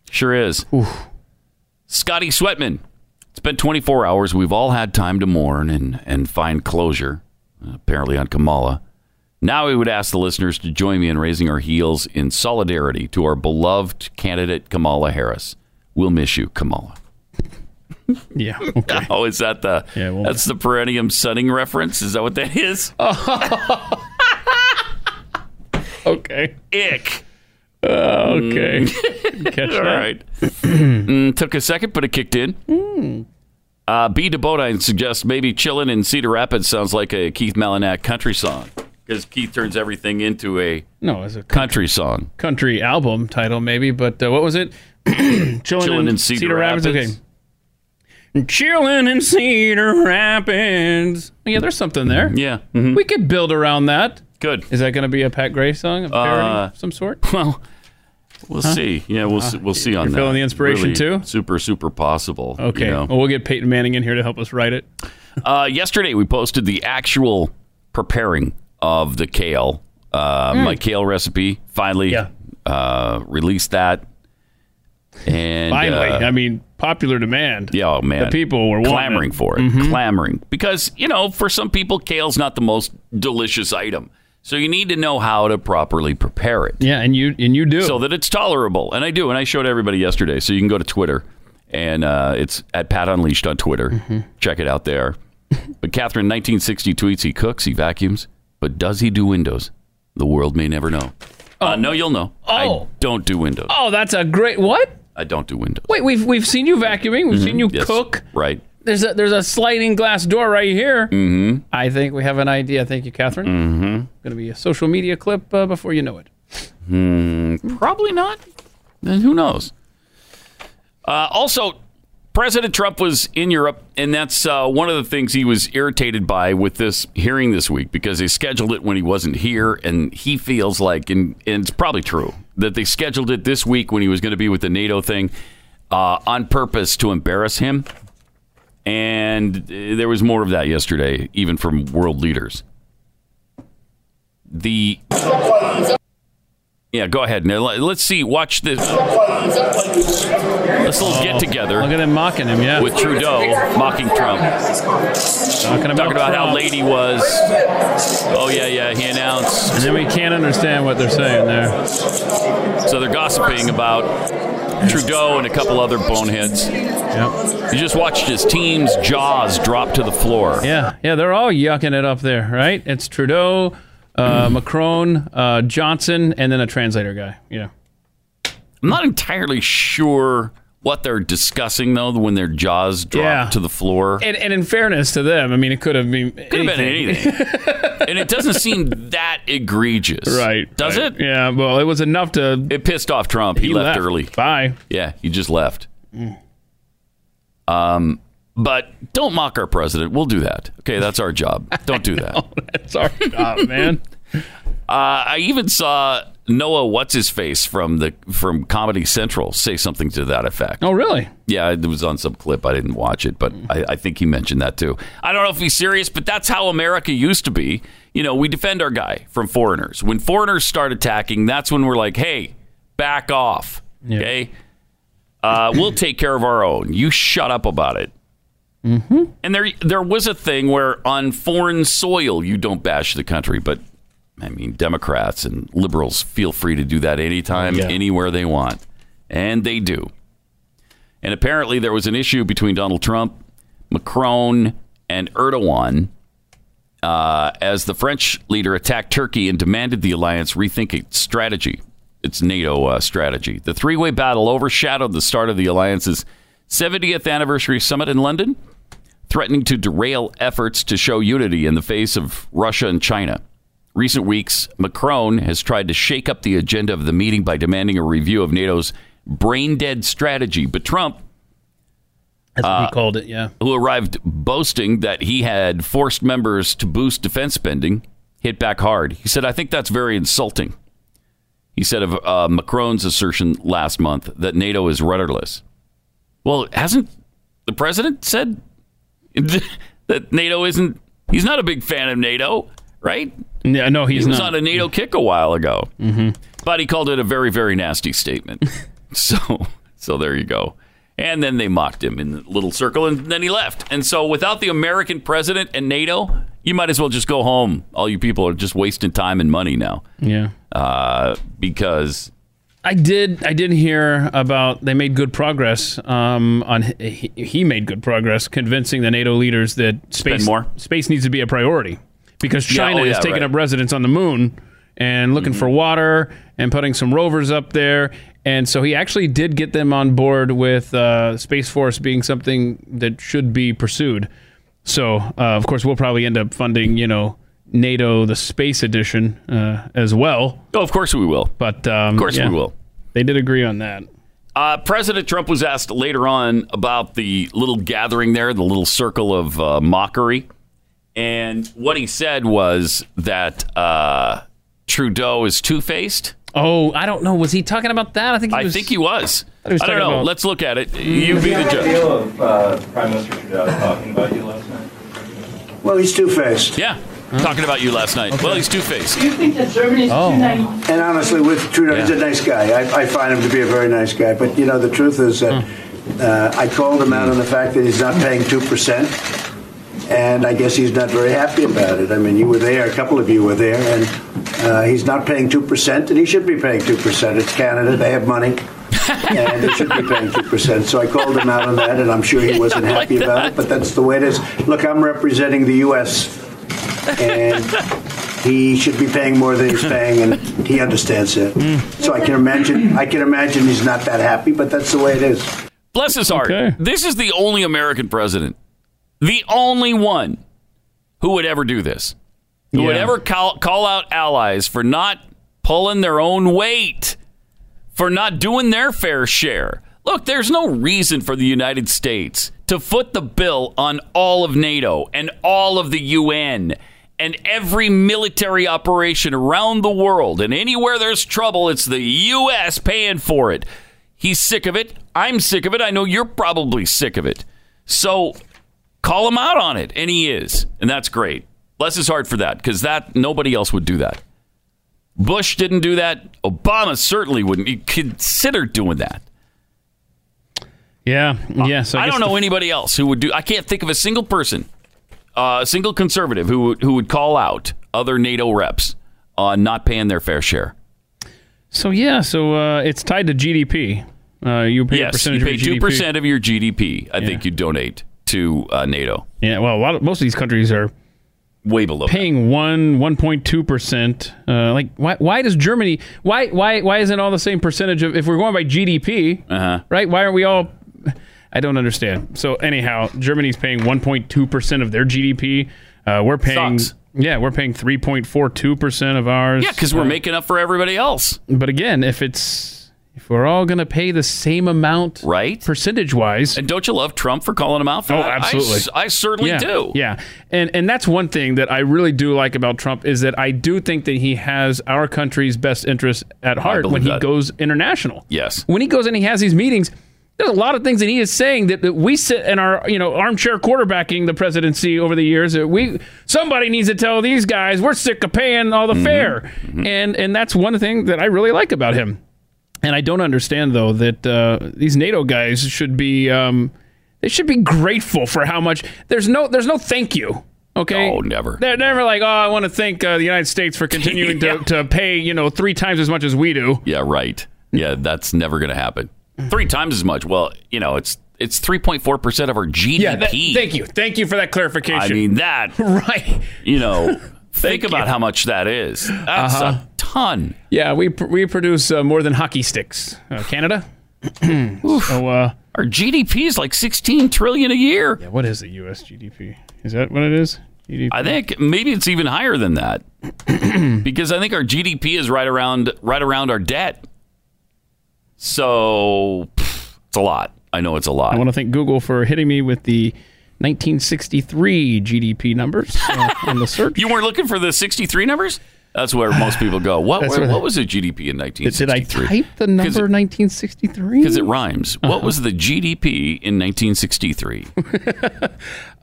Sure is. Scotty Sweatman. It's been 24 hours. We've all had time to mourn and, and find closure, apparently on Kamala. Now we would ask the listeners to join me in raising our heels in solidarity to our beloved candidate, Kamala Harris. We'll miss you, Kamala. Yeah. Oh, is that the that's the perennium sunning reference? Is that what that is? okay. Ick. okay. Catch All that. right. Mm, took a second, but it kicked in. Mm. Uh, B. DeBodine suggests maybe chillin' in Cedar Rapids sounds like a Keith Malinak country song because Keith turns everything into a No, it's a country song. country album title, maybe, but uh, what was it? Chilling, Chillin' in Cedar Rapids. Okay. Chilling in Cedar Rapids. Yeah, there's something there. Yeah. mm, mm-hmm. We could build around that. Good. Is that going to be a Pat Gray song? A parody Uh, of some sort? Well, We'll Huh? see. Yeah, we'll see, Uh, we'll see on you're that. feeling the inspiration, Really Super, super possible. you Okay. know? Well, we'll get Peyton Manning in here to help us write it. Uh, yesterday, we posted the actual preparing of the kale. Uh, My Mm. kale recipe finally uh, released that. And Finally. uh, I mean, popular demand. yeah, oh man, The people were wanting clamoring it. for it, Mhm. clamoring because you know, for some people, kale's not the most delicious item. So you need to know how to properly prepare it. Yeah, and you and you do. So that it's tolerable. And I do. And I showed everybody yesterday. So you can go to Twitter and uh, it's at Pat Unleashed on Twitter. Mm-hmm. Check it out there. but Catherine, 1960 tweets he cooks, he vacuums, but does he do windows? The world may never know. uh, no, you'll know. I Um, Oh. don't do windows. Oh, that's a great what? I don't do windows. Wait, we've we've seen you vacuuming. We've seen you Mhm, yes, cook. Right. There's a there's a sliding glass door right here. Mm I think we have an idea. Thank you, Catherine. hmm. Mm Going to be a social media clip uh, before you know it. hmm. Hmm. Probably not. Then who knows? Uh, also, President Trump was in Europe, and that's uh, one of the things he was irritated by with this hearing this week because they scheduled it when he wasn't here, and he feels like, and, and it's probably true, that they scheduled it this week when he was going to be with the NATO thing uh, on purpose to embarrass him. And uh, there was more of that yesterday, even from world leaders. The. Yeah, go ahead. Now, let- let's see. Watch this. This little get together. Look at him mocking him. Yeah. With Trudeau mocking Trump. Talking about, Talking about how Trump. late he was. Oh, yeah, yeah. He announced. And then we can't understand what they're saying there. So they're gossiping about Trudeau and a couple other boneheads. Yep. You just watched his team's jaws drop to the floor. Yeah, yeah, they're all yucking it up there, right? It's Trudeau, Mm-hmm. uh, Macron, uh, Johnson, and then a translator guy. Yeah. I'm not entirely sure what they're discussing, though, when their jaws drop Yeah. to the floor. And, and in fairness to them, I mean, it could have been Could have been anything. and it doesn't seem that egregious. Right. Does right. it? Yeah, well, it was enough to. It pissed off Trump. He, He left, left. early. Bye. Yeah, he just left. Um, but don't mock our president. We'll do that. Okay, that's our job. Don't do that. That's our job, man. Uh, I even saw Noah, what's his face from the from Comedy Central, say something to that effect. Oh, really? Yeah, it was on some clip. I didn't watch it, but I, I think he mentioned that too. I don't know if he's serious, but that's how America used to be. You know, we defend our guy from foreigners. When foreigners start attacking, that's when we're like, hey, back off. Okay. Uh, we'll take care of our own. You shut up about it. And there, there was a thing where on foreign soil you don't bash the country, but I mean, Democrats and liberals feel free to do that anytime, Yeah. anywhere they want, and they do. And apparently, there was an issue between Donald Trump, Macron, and Erdogan uh, as the French leader attacked Turkey and demanded the alliance rethink its strategy, its NATO uh, strategy. The three way battle overshadowed the start of the alliance's 70th anniversary summit in London, threatening to derail efforts to show unity in the face of Russia and China. Recent weeks, Macron has tried to shake up the agenda of the meeting by demanding a review of NATO's brain dead strategy, but Trump he called it, yeah. who arrived boasting that he had forced members to boost defense spending, hit back hard. He said, I think that's very insulting. He said of uh, Macron's assertion last month that NATO is rudderless. Well, hasn't the president said that NATO isn't, he's not a big fan of NATO, right? Yeah, no, he's he was not. on a NATO kick a while ago. Mhm. But he called it a very, very nasty statement. so, so there you go. And then they mocked him in the little circle, and then he left. And so, without the American president and NATO, you might as well just go home. All you people are just wasting time and money now. Yeah. Uh, because I did. I did hear about they made good progress. Um, on he, he made good progress convincing the NATO leaders that space more? space needs to be a priority because Yeah, China oh, is yeah, taking right. up Mm-hmm. residence on the moon and looking for water and putting some rovers up there. And so he actually did get them on board with uh, space force being something that should be pursued. So uh, of course we'll probably end up funding you know NATO the space edition uh, as well. Oh, of course we will. But um, Of course we will. They did agree on that. Uh, President Trump was asked later on about the little gathering there, the little circle of uh, mockery. And what he said was that uh, Trudeau is two faced. Oh, I don't know. Was he talking about that? I think he I was. think he was. I thought he was I don't talking know. about- Let's look at it. You be the judge. of uh, Prime Minister Trudeau talking about you last night? Well, he's two faced. Yeah. Talking about you last night. Well, he's two faced. You think that Germany is Oh. too naive? And honestly, with Trudeau, he's a nice guy. I, I find him to be a very nice guy. But you know, the truth is that uh, I called him out on the fact that he's not paying two percent, and I guess he's not very happy about it. I mean, you were there; a couple of you were there, and uh, he's not paying two percent, and he should be paying two percent. It's Canada; they have money. and they should be paying two percent. So I called him out on that, and I'm sure he wasn't happy about it. But that's the way it is. Look, I'm representing the U.S. and he should be paying more than he's paying, and he understands that. So I can imagine, I can imagine he's not that happy, but that's the way it is. Bless his heart. This is the only American president, the only one who would ever do this, who would Yeah. ever call, call out allies for not pulling their own weight, for not doing their fair share. Look, there's no reason for the United States to foot the bill on all of NATO and all of the UN and every military operation around the world. And anywhere there's trouble, it's the U.S. paying for it. He's sick of it. I'm sick of it. I know you're probably sick of it. So call him out on it, and he is, and that's great. Bless his heart for that, because that nobody else would do that. Bush didn't do that. Obama certainly wouldn't. He considered doing that. Yeah. Yeah. So I, Uh, I, guess don't know the- anybody else who would do. I can't think of a single person, uh, a single conservative who would- who would call out other NATO reps on not paying their fair share. So yeah. So uh, it's tied to GDP. Uh, you pay a yes, percentage you pay of your two GDP. percent of your GDP. I Yeah. think you donate to uh, NATO. Yeah. Well, a lot of, most of these countries are way below paying one one point two percent. Uh, Like why why does Germany why why why isn't all the same percentage of if we're going by GDP Uh-huh. right? Why aren't we all? I don't understand. So anyhow, Germany's paying one point two percent of their GDP. Uh, we're paying. Yeah, we're paying three point four two percent of ours. Yeah, because we're Uh, making up for everybody else. But again, if it's if we're all going to pay the same amount, right, percentage wise, And don't you love Trump for calling him out for Oh, that? I absolutely. s- I, certainly yeah, do. Yeah, and and that's one thing that I really do like about Trump is that I do think that he has our country's best interest at heart believe when he that. goes international. Yes. When he goes and he has these meetings, there's a lot of things that he is saying that, that we sit in our you know armchair quarterbacking the presidency over the years. That we somebody needs to tell these guys we're sick of paying all the Mm-hmm. fare, and and that's one thing that I really like about him. And I don't understand though that uh, these NATO guys should be um, They should be grateful for how much. There's no. There's no thank you. Okay. Oh, never. They're never like, oh, I want to thank uh, the United States for continuing to, to pay, you know, three times as much as we do. Yeah, right. Yeah, that's never going to happen. Three times as much. Well, you know, it's it's three point four percent of our GDP. Yeah, that- thank you. Thank you for that clarification. I mean that. right. You know, think about how much that is. That's Uh-huh. a ton. Yeah, we pr- we produce uh, more than hockey sticks. Uh, Canada. so uh, our GDP is like sixteen trillion a year. Yeah, what is the U.S. GDP? Is that what it is? GDP? I think maybe it's even higher than that because I think our GDP is right around right around our debt. So pff, it's a lot. I know it's a lot. I want to thank Google for hitting me with the 1963 GDP numbers uh, on the search. You weren't looking for the sixty-three numbers. That's where most people go. What That's were- what I- what was the GDP in nineteen Did I Uh-huh. sixty-three? type the number 1963? Because it rhymes. What was the GDP in 1963? so Uh, that's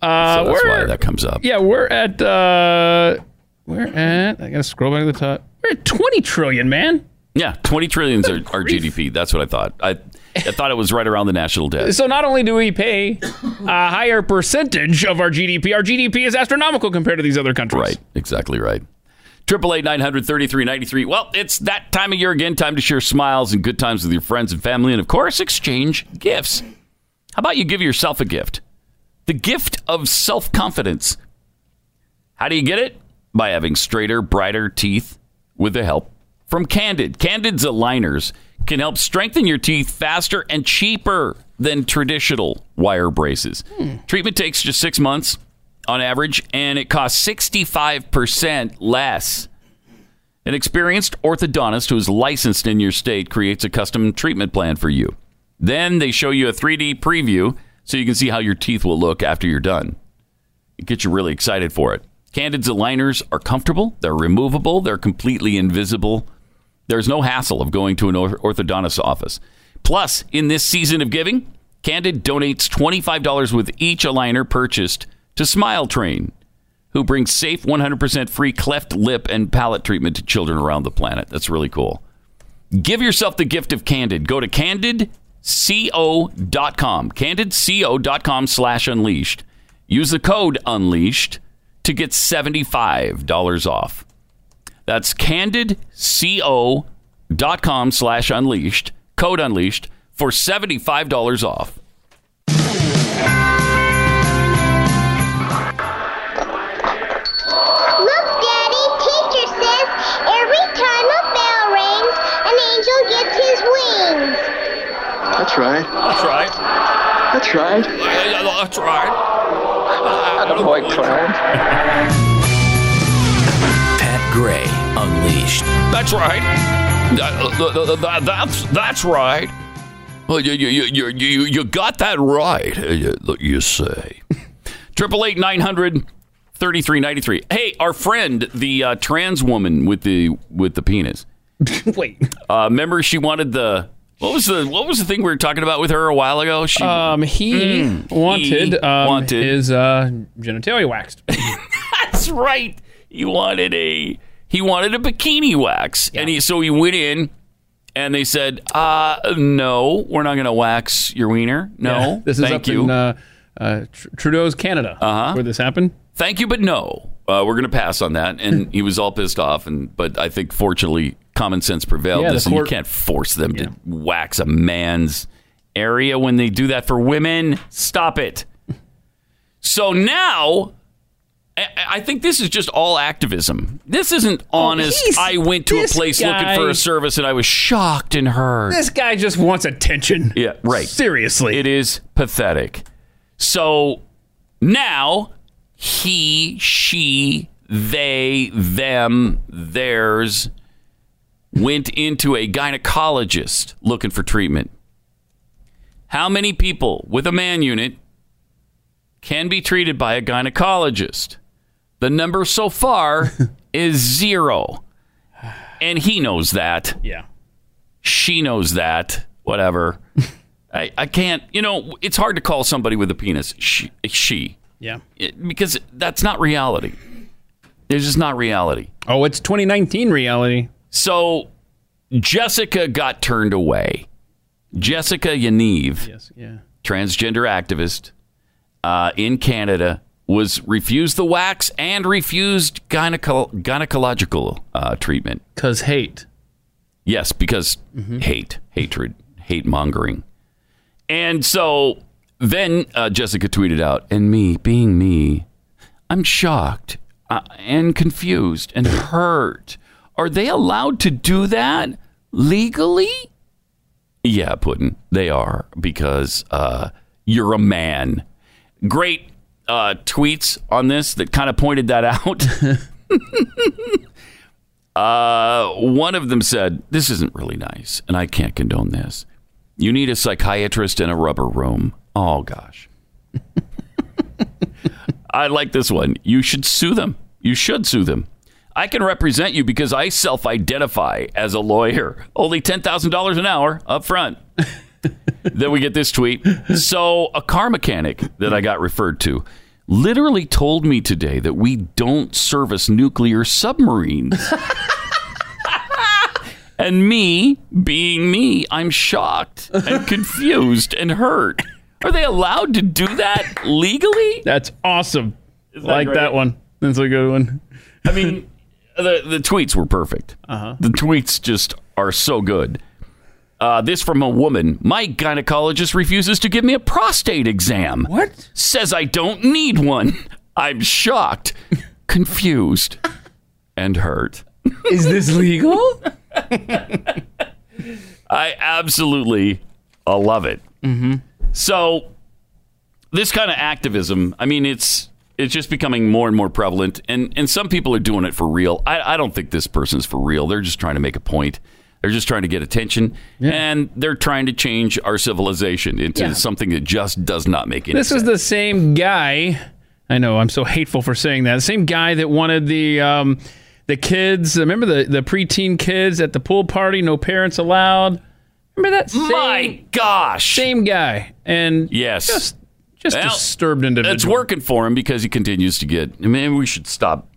why we're- that comes up. Yeah, we're at uh, we're at. I gotta scroll back to the top. We're at 20 trillion, man. Yeah, 20 trillions are, are GDP. That's what I thought. I, I thought it was right around the national debt. So not only do we pay a higher percentage of our GDP, our GDP is astronomical compared to these other countries. Right, exactly right. Triple eight nine hundred thirty three ninety three. Well, it's that time of year again. Time to share smiles and good times with your friends and family, and of course, exchange gifts. How about you give yourself a gift? The gift of self confidence. How do you get it? By having straighter, brighter teeth with the help from Candid. Candid's aligners can help strengthen your teeth faster and cheaper than traditional wire braces. Treatment takes just six months on average, and it costs 65% less. An experienced orthodontist who is licensed in your state creates a custom treatment plan for you. Then they show you a 3D preview so you can see how your teeth will look after you're done. It gets you really excited for it. Candid's aligners are comfortable, they're removable, they're completely invisible. There's no hassle of going to an or- orthodontist's office. Plus, in this season of giving, Candid donates $25 with each aligner purchased to Smile Train, who brings safe 100% free cleft lip and palate treatment to children around the planet. That's really cool. Give yourself the gift of Candid. Go to candidco.com, candidco.com slash unleashed. Use the code unleashed to get $75 off. That's candidco.com slash unleashed, code unleashed, for $75 off. Look, Daddy, teacher says every time a bell rings, an angel gets his wings. That's right. That's right. That's right. That's right. Attaboy, Clarence. Pat Gray Unleashed. That's right. That- that- that- that- that's, that's right. Well, you, you, you, you, you you got that right, uh, you- you say. Triple eight nine hundred thirty three ninety three. Hey, our friend, the uh, trans woman with the with the penis. Wait. Uh, remember, she wanted the what was the what was the thing we were talking about with her a while ago? She Um, he Mm, wanted he um, wanted- his uh, genitalia waxed. That's right. He wanted a he wanted a bikini wax, and he so he went in, and they said, uh, no, we're not going to wax your wiener. No, Yeah. this is thank up you. in uh, uh, Tr- Trudeau's Canada, uh-huh. where this happened. thank you, but no, uh, we're going to pass on that. And he was all pissed off. And but I think fortunately, common sense prevailed. Yeah, the This- court- you can't force them to wax a man's area when they do that for women. Stop it. So now. I- I think this is just all activism. This isn't honest. Oh, he's- I went to a this place guy- looking for a service and I was shocked and hurt. This guy just wants attention. Yeah, right. Seriously. It is pathetic. So now he, she, they, them, theirs went into a gynecologist looking for treatment. How many people with a man unit can be treated by a gynecologist? The number so far is zero. And he knows that Yeah. she knows that. Whatever. I, I can't. You know, it's hard to call somebody with a penis she, she Yeah. It- because that's not reality. It's just not reality. Oh, it's 2019 reality. So Jessica got turned away. Jessica Yaniv Yes. Yeah. transgender activist uh, in Canada, was refused the wax and refused gyneco- gynecological uh, treatment. Because hate. Yes, because hate, hatred, hate mongering. And so then uh, Jessica tweeted out, and me, being me, I'm shocked uh, and confused and hurt. Are they allowed to do that legally? Yeah, Putin, they are because uh, you're a man. Great uh, tweets on this that kind of pointed that out. Uh, one of them said, This isn't really nice, and I can't condone this. You need a psychiatrist in a rubber room. Oh, gosh. I like this one. You should sue them. You should sue them. I can represent you because I self identify as a lawyer. Only $10,000 an hour up front. then we get this tweet. So, a car mechanic that I got referred to literally told me today that we don't service nuclear submarines. and me, being me, I'm shocked and confused and hurt. Are they allowed to do that legally? That's awesome. that like great? that one. That's a good one. I mean, the the tweets were perfect. The tweets just are so good. Uh, this from a woman. My gynecologist refuses to give me a prostate exam. What? Says I don't need one. I'm shocked, confused, and hurt. Is this legal? I absolutely uh, love it. Mm-hmm. So this kind of activism, I mean, it's it's just becoming more and more prevalent, and and some people are doing it for real. I, I don't think this person's for real. They're just trying to make a point. They're just trying to get attention, and they're trying to change our civilization into Yeah. something that just does not make any This sense. is the same guy. I know I'm so hateful for saying that. Same guy that wanted the um, the kids. Remember the the preteen kids at the pool party, no parents allowed. Remember that? Same, My gosh, same guy. And Yes. just just Well, disturbed individual. It's working for him because he continues to get. Maybe we should stop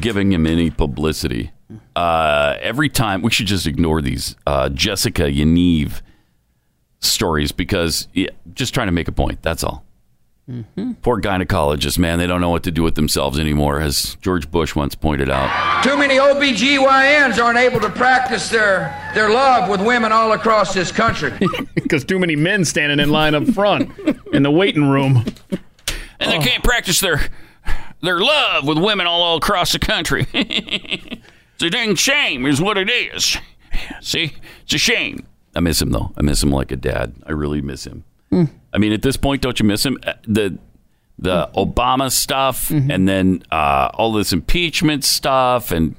giving him any publicity. Uh, every time we should just ignore these uh, Jessica Yaniv stories because yeah, just trying to make a point. That's all. Poor gynecologists, man, they don't know what to do with themselves anymore, as George Bush once pointed out. Too many OBGYNs aren't able to practice their, their love with women all across this country. Because too many men standing in line up front in the waiting room. And they can't practice their their love with women all across the country. it's a dang shame, is what it is. See, it's a shame. I miss him though. I miss him like a dad. I really miss him. Hmm. I mean, at this point, don't you miss him? Uh, The the Obama stuff, and then uh, all this impeachment stuff, and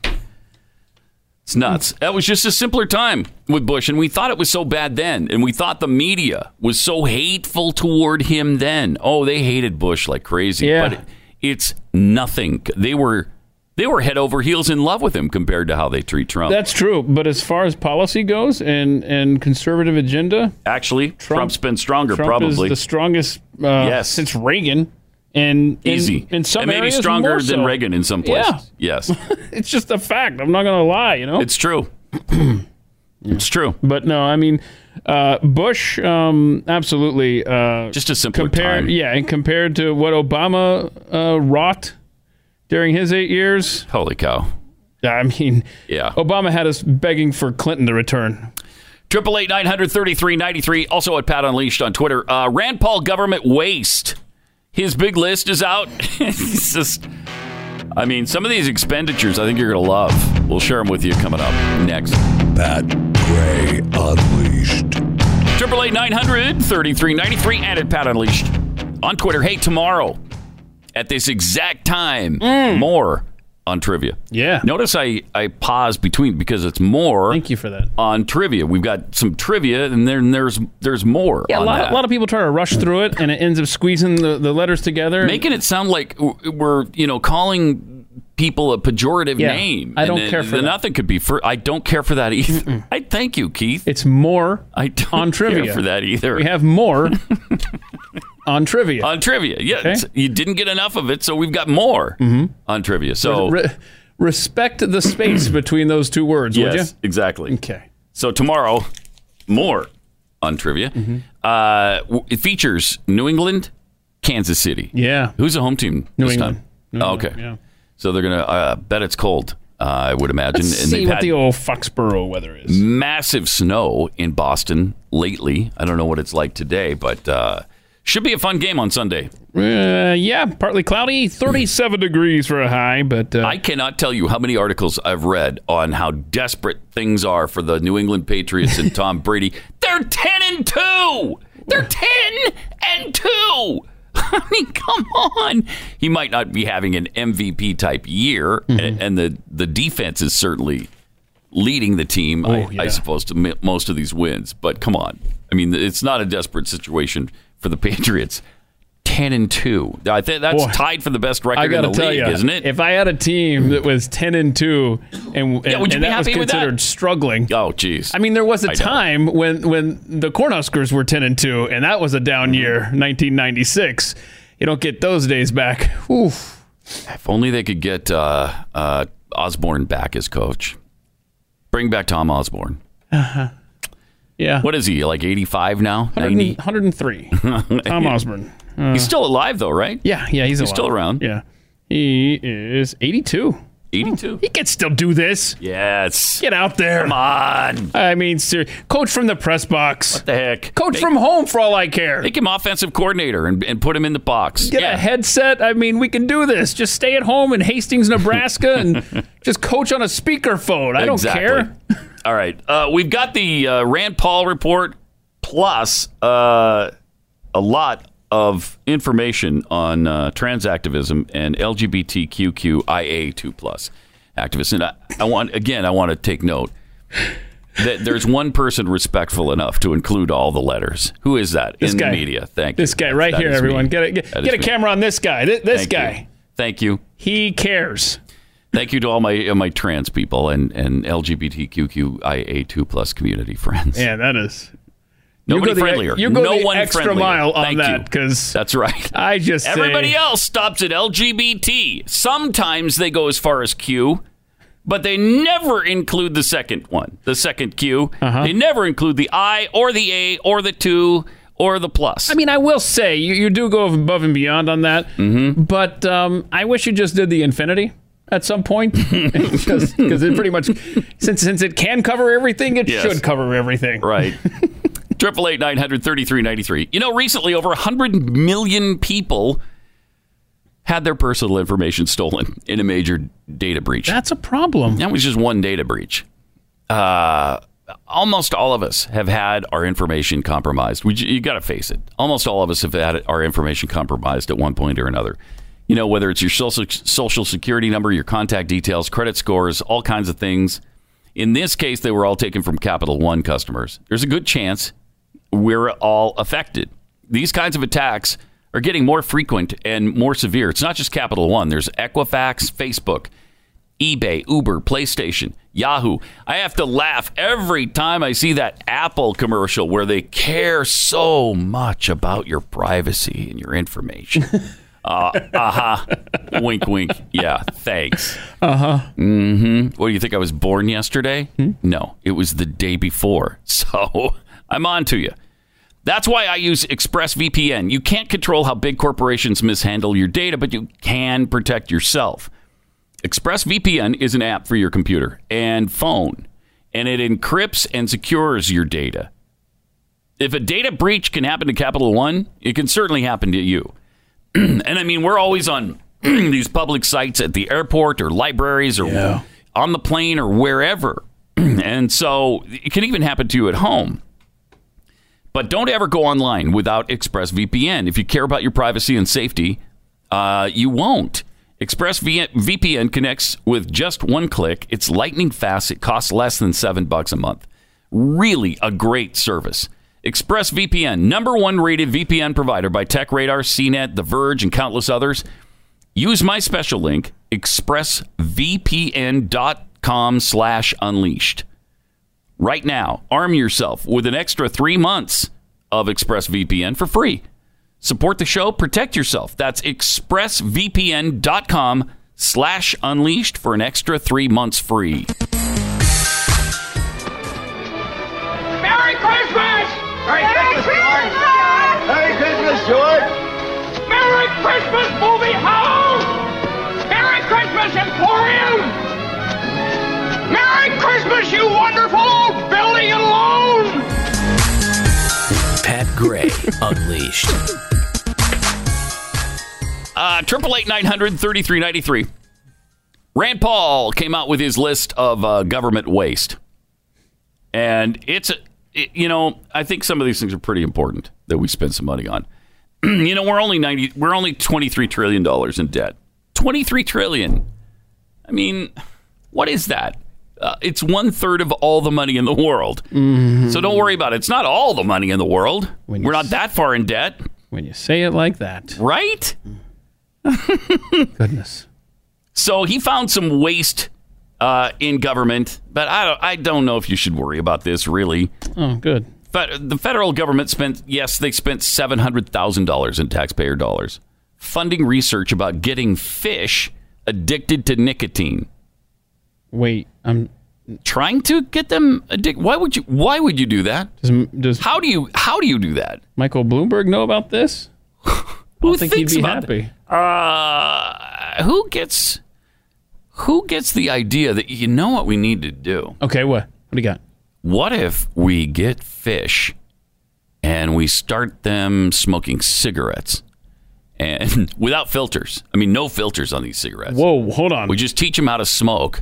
it's nuts. That was just a simpler time with Bush, and we thought it was so bad then, and we thought the media was so hateful toward him then. Oh, they hated Bush like crazy. Yeah. But it, it's nothing. They were they were head over heels in love with him compared to how they treat Trump. That's true. But as far as policy goes and and conservative agenda, Actually, Trump's been stronger Trump probably. is the strongest uh, Yes. since Reagan. And in- Easy. in, some and maybe areas stronger more than so. Reagan in some places. Yes. Yeah, it's just a fact. I'm not going to lie. You know, It's true. It's true. But no, I mean, uh, Bush, um, absolutely. Uh, Just a simple compared, time. Yeah, and compared to what Obama uh, wrought during his eight years. Holy cow. I mean, yeah. Obama had us begging for Clinton to return. Triple eight nine hundred thirty three ninety three. Also at Pat Unleashed on Twitter. Uh, Rand Paul government waste. His big list is out. it's just, I mean, some of these expenditures I think you're gonna love. We'll share them with you coming up next. Pat Gray Unleashed. Triple eight nine hundred thirty three ninety three. And at Pat Unleashed on Twitter. Hey, tomorrow at this exact time, Mm. more on trivia. Yeah. Notice I I pause between because it's more. Thank you for that. On trivia, we've got some trivia, and then there's there's more. Yeah, a on lot, that. a lot of people try to rush through it, and it ends up squeezing the, the letters together. making it sound like w- we're you know calling people a pejorative Yeah, name. I And don't then- care for then that. nothing could be for. I don't care for that either. I thank you, Keith. It's more I don't on trivia care for that either. We have more on trivia. on trivia, yeah, it's- you didn't get enough of it, so we've got more Mm-hmm. on trivia. So Re- respect the space between those two words, would yes, you? exactly. Okay. So tomorrow, more on trivia. Mm-hmm. Uh, w- it features New England, Kansas City. Yeah. Who's the home team New this England. time? New Oh, England, okay. yeah. So they're going to uh, bet it's cold, uh, I would imagine. Let's see they've what had the old Foxborough weather is. massive snow in Boston lately. I don't know what it's like today, but uh, should be a fun game on Sunday. Mm. Uh, yeah, partly cloudy, 37 degrees for a high, but uh, I cannot tell you how many articles I've read on how desperate things are for the New England Patriots and Tom Brady. They're 10 and 2. They're 10 and 2. I mean, come on. He might not be having an MVP type year, a- Mm-hmm. and the, the defense is certainly leading the team, I, Oh, yeah. I suppose, to mi- most of these wins. But come on. I mean, it's not a desperate situation for the Patriots. 10 and 2. I think that's Boy. tied for the best record I got in to the tell league, you, isn't it? If I had a team that was 10 and 2 and, and, Yeah, would and you be that was happy with that? considered struggling. Oh, jeez. I mean, there was a I know. time when when the Cornhuskers were 10 and 2 and that was a Mm-hmm. down year, 1996. You don't get those days back. Oof. If only they could get uh, uh, Osborne back as coach. Bring back Tom Osborne. Uh-huh. Yeah. What is he, like 85 now? 100 103. Tom Osborne. Uh, he's still alive, though, right? Yeah, yeah, he's, He's still alive. around. Yeah. He is 82. 82. He can still do this. Yes. Get out there. Come on. I mean, ser- coach from the press box. What the heck? Coach Make- from home for all I care. Make him offensive coordinator and, and put him in the box. Get a headset. I mean, we can do this. Just stay at home in Hastings, Nebraska, and just coach on a speakerphone. I don't exactly. care. All right. Uh, we've got the uh, Rand Paul report plus uh, a lot of information on uh, trans activism and LGBTQIA2 plus activists. And I, I want again, I want to take note that there's one person respectful enough to include all the letters. Who is that This in guy. the media? Thank you. This guy right That here, is me. everyone. Get a, get, That get a is me. camera on this guy. This, this Thank you. guy. Thank you. He cares. Thank you to all my uh, my trans people and and LGBTQIA2 plus community friends. Yeah, that is. You Nobody go the- friendlier. you go no the one extra friendlier. mile on Thank that, because that's right. I just say- everybody else stops at LGBT. Sometimes they go as far as Q, but they never include the second one, the second Q. Uh-huh. They never include the I or the A or the two or the plus. I mean, I will say you, you do go above and beyond on that, Mm-hmm. but um, I wish you just did the infinity at some point because it pretty much since since it can cover everything, it Yes. should cover everything. Right. Triple eight nine hundred thirty three ninety three. You know, recently over hundred million people had their personal information stolen in a major data breach. That's a problem. That was just one data breach. Uh, almost all of us have had our information compromised. We, you got to face it. Almost all of us have had our information compromised at one point or another. You know, whether it's your social social security number, your contact details, credit scores, all kinds of things. In this case, they were all taken from Capital One customers. There's a good chance we're all affected. These kinds of attacks are getting more frequent and more severe. It's not just Capital One. There's Equifax, Facebook, eBay, Uber, PlayStation, Yahoo. I have to laugh every time I see that Apple commercial where they care so much about your privacy and your information. Uh huh. wink, wink. Yeah. Thanks. Uh huh. hmm What do you think? I was born yesterday? No, it was the day before. So I'm on to you. That's why I use ExpressVPN. You can't control how big corporations mishandle your data, but you can protect yourself. ExpressVPN is an app for your computer and phone, and it encrypts and secures your data. If a data breach can happen to Capital One, it can certainly happen to you. and I mean, we're always on these public sites at the airport or libraries or on the plane or wherever. and so it can even happen to you at home. But don't ever go online without ExpressVPN. If you care about your privacy and safety, uh, you won't. ExpressVPN connects with just one click. It's lightning fast. It costs less than seven bucks a month. Really a great service. ExpressVPN, number one rated VPN provider by TechRadar, CNET, The Verge, and countless others. Use my special link, expressvpn.com slash unleashed. Right now, arm yourself with an extra three months of ExpressVPN for free. Support the show, protect yourself. That's expressvpn.com slash unleashed for an extra three months free. Merry Christmas! Merry Christmas, George! Merry Christmas, George! Merry Christmas, movie house! Merry Christmas, Emporium! Merry Christmas, you wonderful old building and loan! Pat Gray Unleashed. Uh, Triple eight nine hundred thirty three ninety three. Rand Paul came out with his list of uh, government waste, and it's a- it, you know I think some of these things are pretty important that we spend some money on. you know we're only ninety we're only twenty three trillion dollars in debt. Twenty three trillion. I mean, what is that? Uh, it's one third of all the money in the world. So don't worry about it. It's not all the money in the world. We're not that far in debt. When you say it like that, right? Goodness. So he found some waste uh, in government, but I don't, I don't know if you should worry about this really. Oh, good. But the federal government spent, yes, they spent seven hundred thousand dollars in taxpayer dollars funding research about getting fish addicted to nicotine. Wait, um, I'm trying to get them addicted. Why would you? Why would you do that? Does, does how do you? How do you do that? Michael Bloomberg know about this? Who I think he'd thinks be about happy. Uh, who gets? Who gets the idea that you know what we need to do? Okay, what? What do you got? What if we get fish and we start them smoking cigarettes and without filters? I mean, no filters on these cigarettes. Whoa, hold on. We just teach them how to smoke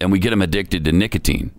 and we get them addicted to nicotine.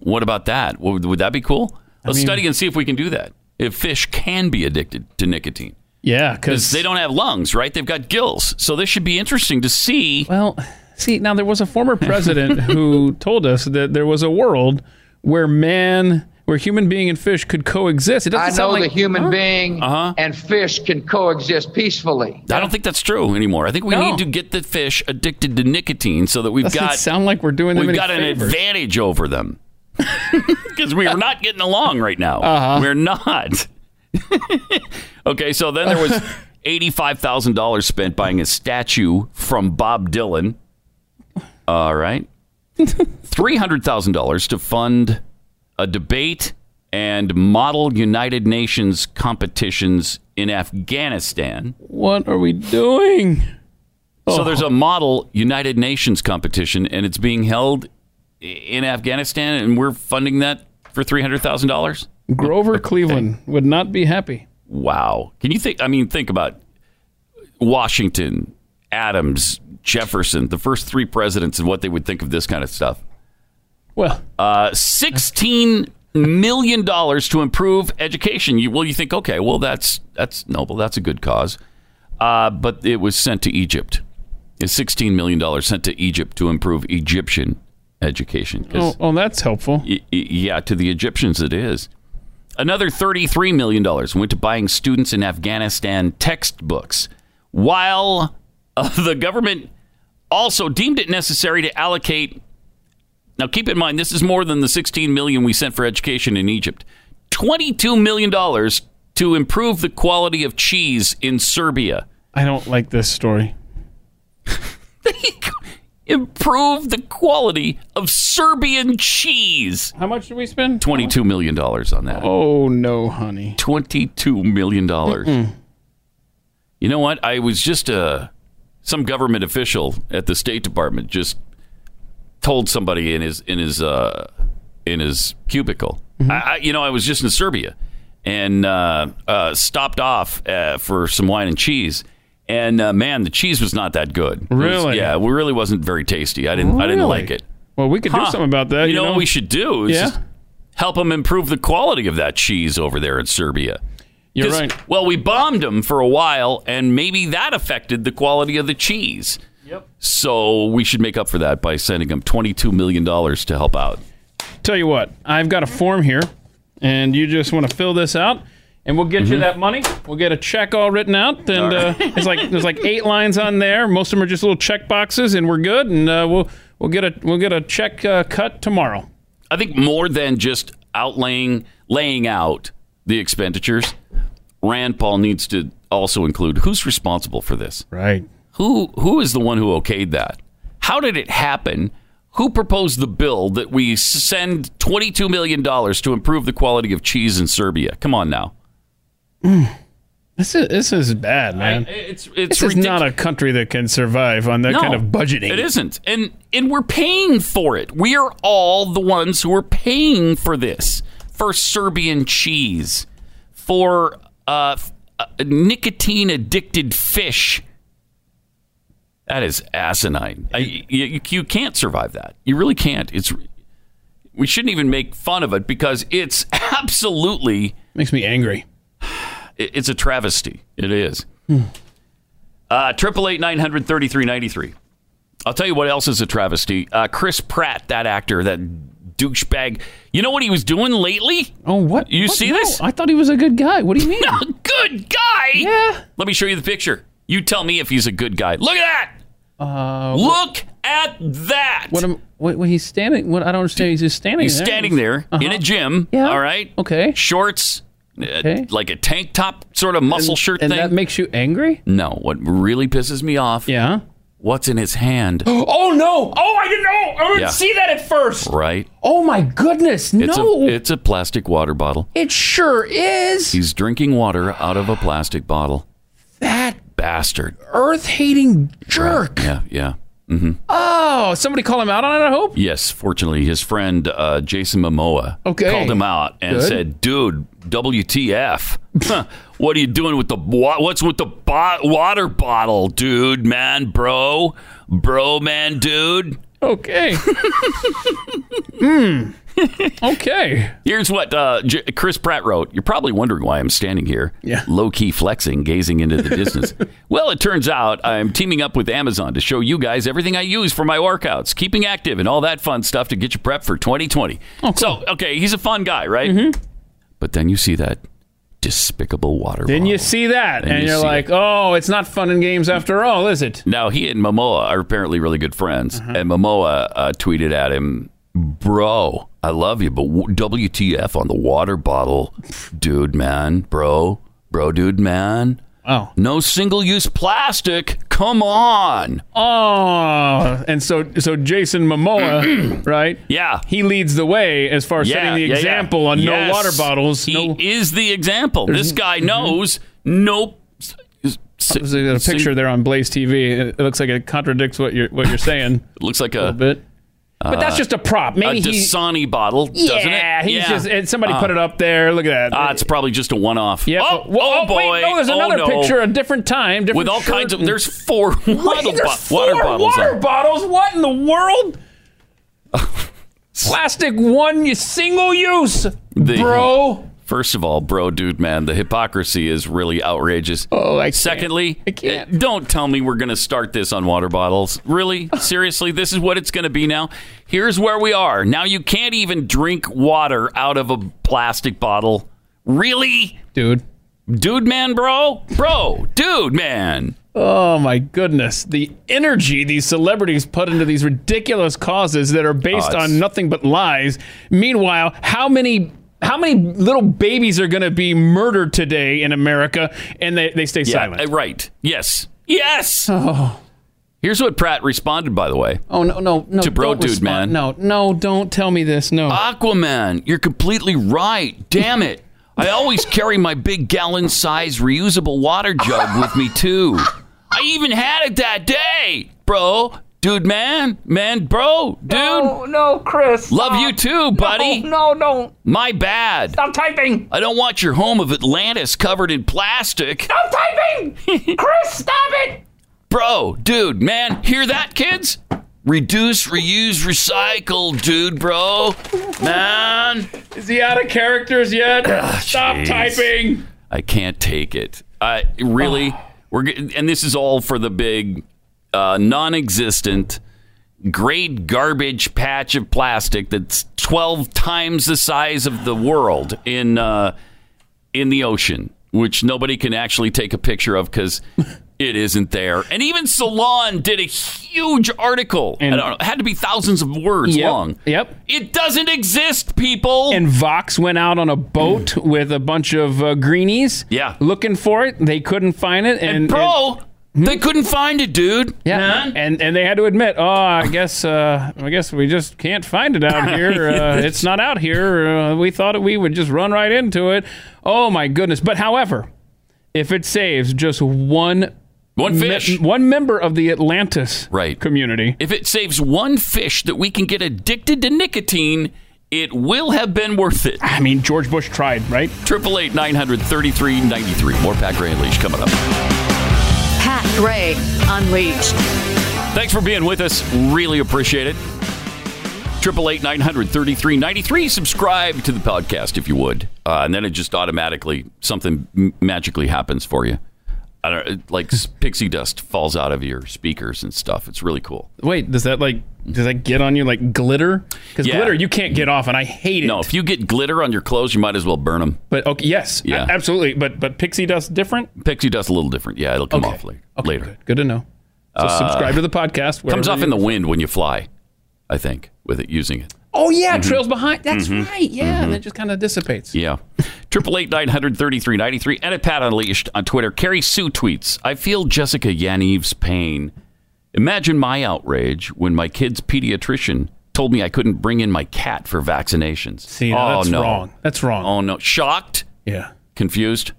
What about that? Would, would that be cool? I Let's mean- study and see if we can do that. If fish can be addicted to nicotine. Yeah, Because because they don't have lungs, right? They've got gills. So this should be interesting to see. Well, see, now there was a former president who told us that there was a world where man, where human being and fish could coexist. It I doesn't know sound like the human Huh? being and fish can coexist peacefully. I don't think that's true anymore. I think we No. need to get the fish addicted to nicotine so that we've Doesn't got sound like we're doing them we've any got an favors. advantage over them because we are not getting along right now. Uh-huh. We're not. okay, so then there was eighty-five thousand dollars spent buying a statue from Bob Dylan. All right, three hundred thousand dollars to fund a debate and model United Nations competitions in Afghanistan. What are we doing? So there's a model United Nations competition, and it's being held i- in Afghanistan, and we're funding that for three hundred thousand dollars. Grover Cleveland would not be happy. Wow! Can you think? I mean, think about Washington, Adams, Jefferson, the first three presidents, and what they would think of this kind of stuff. Well, Uh, sixteen million dollars to improve education. You, well, you think, okay, well, that's that's noble, that's a good cause, uh, but it was sent to Egypt. It's sixteen million dollars sent to Egypt to improve Egyptian education. 'cause oh, oh, that's helpful. Y- y- yeah, to the Egyptians it is. Another $33 million went to buying students in Afghanistan textbooks, while uh, the government also deemed it necessary to allocate. Now, keep in mind, this is more than the $16 million we sent for education in Egypt. $22 million to improve the quality of cheese in Serbia. I don't like this story. Improve the quality of Serbian cheese. How much did we spend? $22 million on that. Oh no, honey. Twenty-two million dollars. You know what? I was just uh, some government official at the State Department just told somebody in his in his uh, in his cubicle. Mm-hmm. I, I, you know, I was just in Serbia and uh, uh, stopped off uh, for some wine and cheese. And uh, man, the cheese was not that good. It was- Really? yeah, it really wasn't very tasty. I didn't. I didn't Really? like it. Well, we could do Huh. something about that. You, know, what we should do is Yeah. just help them improve the quality of that cheese over there in Serbia. You're 'Cause, right. Well, we bombed them for a while, and maybe that affected the quality of the cheese. Yep. So we should make up for that by sending them $22 million to help out. Tell you what, I've got a form here, and you just want to fill this out, and we'll get you Mhm. that money. We'll get a check all written out, and uh, it's like there's like eight lines on there. Most of them are just little check boxes, and we're good. And uh, we'll we'll get a we'll get a check uh, cut tomorrow. I think more than just outlaying, laying out the expenditures, Rand Paul needs to also include who's responsible for this. Right. Who who is the one who okayed that? How did it happen? Who proposed the bill that we send $22 million to improve the quality of cheese in Serbia? Come on now. This is this is bad, man. it's this is not a country that can survive on that kind of budgeting. It isn't. And and we're paying for it. We are all the ones who are paying for this. For Serbian cheese, for uh, nicotine addicted fish. That is asinine. I, you, you can't survive that. You really can't. It's we shouldn't even make fun of it because it's absolutely makes me angry. It's a travesty. It is. Uh, Triple eight nine hundred thirty three ninety three. I'll tell you what else is a travesty. Uh, Chris Pratt, that actor, that douchebag. You know what he was doing lately? Oh, what? You What? see No, this? I thought he was a good guy. What do you mean? good guy. Yeah. Let me show you the picture. You tell me if he's a good guy. Look at that. Uh, Look at that. What am? What, what he's standing? What I don't understand. He's just standing. He's there. Uh, Uh-huh. standing there in a gym. Yeah. All right. Okay. Shorts, uh, like a tank top sort of muscle and, shirt and thing. that makes you angry. no, what really pisses me off? Yeah. What's in his hand? Oh no! Oh, I didn't know. I didn't Yeah. see that at first. right. Oh my goodness! It's no, a it's a plastic water bottle. it sure is. He's drinking water out of a plastic bottle. That Bastard. earth-hating jerk. Yeah. Yeah. hmm Oh, somebody call him out on it. I hope. Yes, fortunately, his friend uh, Jason Momoa Okay. called him out and Good. said, "Dude, WTF? Huh, what are you doing with the wa- what's with the bo- water bottle, dude? Man, bro, bro, man, dude." Okay. Hmm. Okay. Here's what uh, J- Chris Pratt wrote. You're probably wondering why I'm standing here, Yeah. low key flexing, gazing into the distance. well, it turns out I'm teaming up with Amazon to show you guys everything I use for my workouts, keeping active, and all that fun stuff to get you prepped for 2020. Oh, So, okay, he's a fun guy, right? Mm-hmm. But then you see that despicable water. Then you see that, Then and you you are see like, "Oh, it's not fun and games after all, is it?" Now he and Momoa are apparently really good friends, Uh-huh. and Momoa uh, tweeted at him, "Bro, I love you, but w- WTF on the water bottle, dude, man, bro, bro, dude, man." Wow. No single-use plastic. Come on. Oh, and so so Jason Momoa, right? Yeah, he leads the way as far as setting the yeah, yeah. example on no Yes. water bottles. He is the example. There's This n- mm-hmm. guy knows no. There's a, a picture there on Blaze TV. It it looks like it contradicts what you're what you're saying. It looks like a, Uh, little bit, but that's just a prop. Maybe a he. Dasani bottle, doesn't it? Uh, yeah, he's just. And somebody put it up there. Look at that. Ah, it's probably just a one-off. yeah. Oh, well, oh, oh, wait, boy. no, there's Oh, another no. picture, a different time, different With all shirt kinds of- and- there's four Wait, water there's bo- four water bottles water on. bottles. What in the world? Plastic one, you single use, The- bro. First of all, bro, dude, man, the hypocrisy is really outrageous. Oh, I can't. Secondly, uh, don't tell me we're going to start this on water bottles. Really? Seriously? This is what it's going to be now? Here's where we are. Now you can't even drink water out of a plastic bottle. Really? Dude. Dude, man, bro? Bro, dude, man. Oh my goodness! The energy these celebrities put into these ridiculous causes that are based it's- on nothing but lies. Meanwhile, how many how many little babies are going to be murdered today in America, and they, they stay silent? uh, Right. Yes. Yes. Here's what Pratt responded, by the way. Oh no no no! To bro don't dude, man. respond. No no! Don't tell me this. No. Aquaman, you're completely right. Damn it. I always carry my big gallon size reusable water jug with me, too. I even had it that day, bro. Dude, man. Man, bro. Dude. No, no, Chris. Love you too, buddy. No, no, don't. My bad. Stop typing. I don't want your home of Atlantis covered in plastic. Stop typing. Chris, stop it. Bro, dude, man, hear that, kids? Reduce, reuse, recycle, dude, bro. Man. Is he out of characters yet? Stop jeez. typing. I can't take it. I really, Ah. we're get- and this is all for the big, uh, non-existent, great garbage patch of plastic that's twelve times the size of the world in uh, in the ocean, which nobody can actually take a picture of because it isn't there. And even Salon did a huge article. I don't know, it had to be thousands of words Yep, long. Yep. It doesn't exist, people. And Vox went out on a boat with a bunch of uh, greenies. Mm. Yeah. Looking for it, they couldn't find it, and, Bro, They couldn't find it, dude. Yeah, and and they had to admit, oh, I guess uh, I guess we just can't find it out here. Uh, it's not out here. Uh, we thought that we would just run right into it. Oh my goodness! But however, if it saves just one One me- fish. one member of the Atlantis right. community, If it saves one fish that we can get addicted to nicotine, it will have been worth it. I mean, George Bush tried, right? Triple eight nine hundred thirty three ninety three. More Pat Gray Unleashed coming up. Pat Gray Unleashed. Thanks for being with us. Really appreciate it. Triple eight nine hundred thirty three ninety three. Subscribe to the podcast if you would, uh, and then it just automatically something m- magically happens for you. I don't it- like s- pixie dust falls out of your speakers and stuff. It's really cool. Wait, does that like does that get on you like glitter? Because Yeah. glitter you can't get off, and I hate it. No, if you get glitter on your clothes, you might as well burn them. But okay, yes, Yeah. a- absolutely. But but pixie dust different. Pixie dust a little different. Yeah, it'll come off later. later. Good to know. So Uh, subscribe to the podcast. wherever comes off you- in the wind when you fly, I think, with it using it. Oh yeah, Mhm. trails behind. That's Mhm. right. Yeah, Mhm. and it just kind of dissipates. Yeah. Triple eight nine hundred thirty three ninety three and at Pat Unleashed on Twitter. Carrie Sue tweets, I feel Jessica Yanev's pain. Imagine my outrage when my kid's pediatrician told me I couldn't bring in my cat for vaccinations. See, now oh, that's no. wrong. That's wrong. Oh no. Shocked? Yeah. Confused?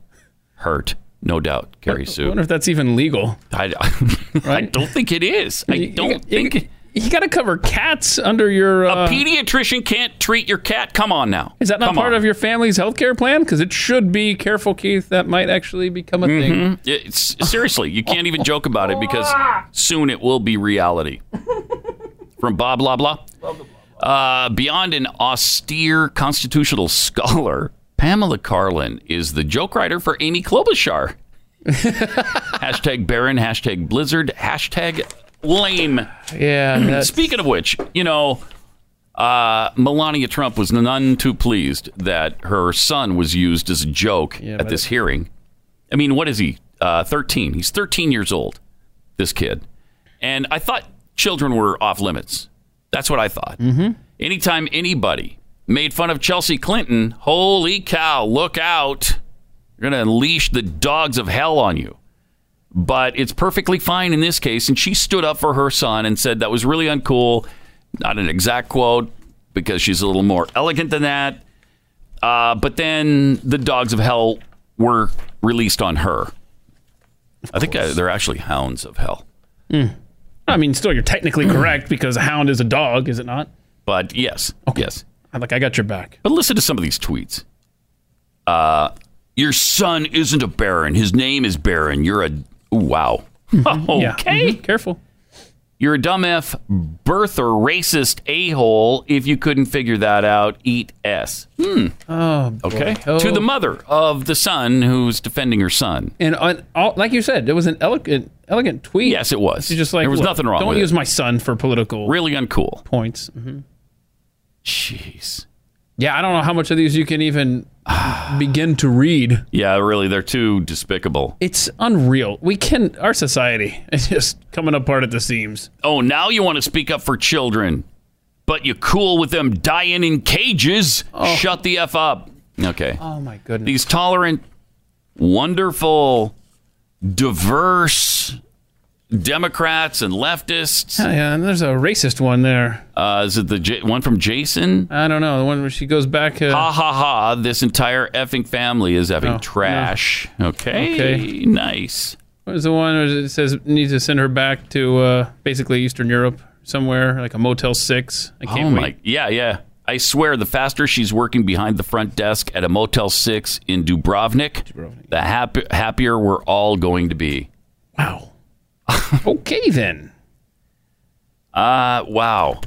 Hurt. No doubt, Carrie I Sue. wonder if that's even legal. I, I don't think it is. I don't think you, you got to cover cats under your. Uh, a pediatrician can't treat your cat. Come on now. is that not Come part on. of your family's health care plan? Because it should be. Careful, Keith. That might actually become a thing. Mhm. It's, seriously, you can't even joke about it because soon it will be reality. From Bob Blah Blah. Uh, beyond an austere constitutional scholar, Pamela Carlin is the joke writer for Amy Klobuchar. hashtag Baron, hashtag Blizzard, hashtag lame. Yeah. that's- Speaking of which, you know, uh, Melania Trump was none too pleased that her son was used as a joke at this hearing. I mean, what is he? Uh, 13. He's 13 years old, this kid. And I thought children were off limits. That's what I thought. Anytime anybody made fun of Chelsea Clinton, holy cow, look out. You're going to unleash the dogs of hell on you but it's perfectly fine in this case. And she stood up for her son and said that was really uncool. Not an exact quote because she's a little more elegant than that. Uh, but then the dogs of hell were released on her. I think uh, they're actually hounds of hell. Mm. I mean, still, you're technically correct because a hound is a dog, is it not? But yes, yes. I'm like, I got your back. But listen to some of these tweets. Uh, your son isn't a baron. His name is Baron. You're a ooh, wow. Yeah. Okay. Mhm. Careful. You're a dumb F birth or racist a hole if you couldn't figure that out. Eat S. Hmm. Oh, boy. Okay. Oh. To the mother of the son who's defending her son. And on, all, like you said, it was an elegant, elegant tweet. Yes, it was. She's just like There was "Look, nothing wrong Don't with it." use my son for political Really Mm-hmm. uncool. points. Mhm. Jeez. Yeah, I don't know how much of these you can even begin to read. Yeah, really, they're too despicable. It's unreal. We can our society is just coming apart at the seams. Oh, now you want to speak up for children, but you cool with them dying in cages. Shut the F up. Okay. Oh my goodness. These tolerant, wonderful, diverse Democrats and leftists. Uh, Yeah, yeah, and there's a racist one there. Uh, is it the J- one from Jason? Ah, I don't know the one where she goes back. Uh, Ha ha ha! This entire effing family is effing No, trash. Okay. Oh, Okay. Nice. What is the one where it says needs to send her back to uh, basically Eastern Europe somewhere, like a Motel Six? I can't oh my. wait. Yeah, yeah. I swear, the faster she's working behind the front desk at a Motel Six in Dubrovnik, the happy, happier we're all going to be. Okay then. Uh wow.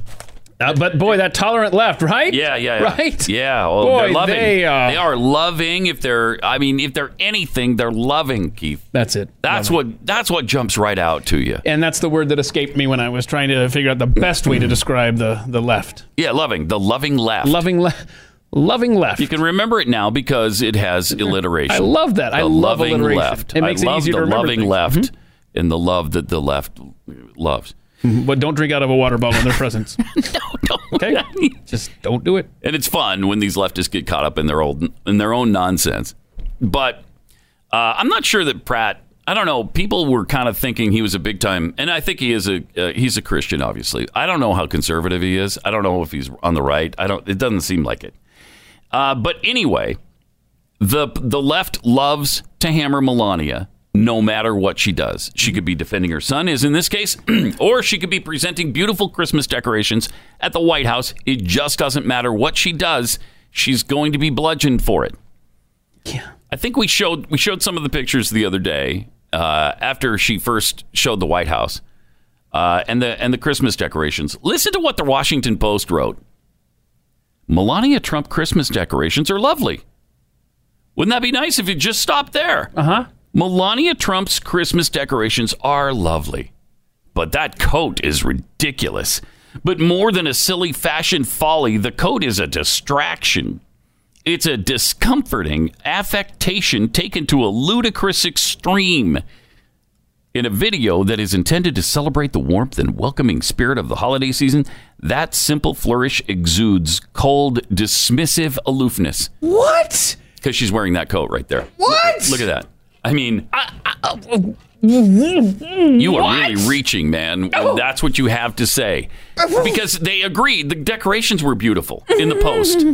Uh, but boy, that tolerant left, right? Yeah, yeah, yeah. Right? Yeah. Well, Boy, they're loving. they, uh, are loving. If they're, I mean, if they're anything, they're loving, Keith. That's it. That's what. That's what jumps right out to you. And that's the word that escaped me when I was trying to figure out the best way to describe the the left. Yeah, loving. The loving left. Loving left. Loving left. You can remember it now because it has alliteration. I love that. I The love loving alliteration. left. It makes I it love easier the to remember loving things. Mm-hmm. left and the love that the left loves. But don't drink out of a water bottle in their presence. Okay. Just don't do it. And it's fun when these leftists get caught up in their old in their own nonsense. But uh, I'm not sure that Pratt I don't know. People were kind of thinking he was a big time, and I think he is a uh, he's a Christian. Obviously, I don't know how conservative he is. I don't know if he's on the right. I don't. It doesn't seem like it. Uh, but anyway, the the left loves to hammer Melania no matter what she does. She could be defending her son, is in this case, or she could be presenting beautiful Christmas decorations at the White House. It just doesn't matter what she does. She's going to be bludgeoned for it. Yeah. I think we showed we showed some of the pictures the other day uh, after she first showed the White House uh, and the and the Christmas decorations. Listen to what the Washington Post wrote. Melania Trump Christmas decorations are lovely. Wouldn't that be nice if you just stopped there? Uh huh. Melania Trump's Christmas decorations are lovely, but that coat is ridiculous. But more than a silly fashion folly, the coat is a distraction. It's a discomforting affectation taken to a ludicrous extreme in a video that is intended to celebrate the warmth and welcoming spirit of the holiday season. That simple flourish exudes cold, dismissive aloofness. What? Because she's wearing that coat right there. What? Look at that. I mean, Uh, You you are really reaching, man. when Oh. That's what you have to say. Uh, Because they agreed the decorations were beautiful in the post,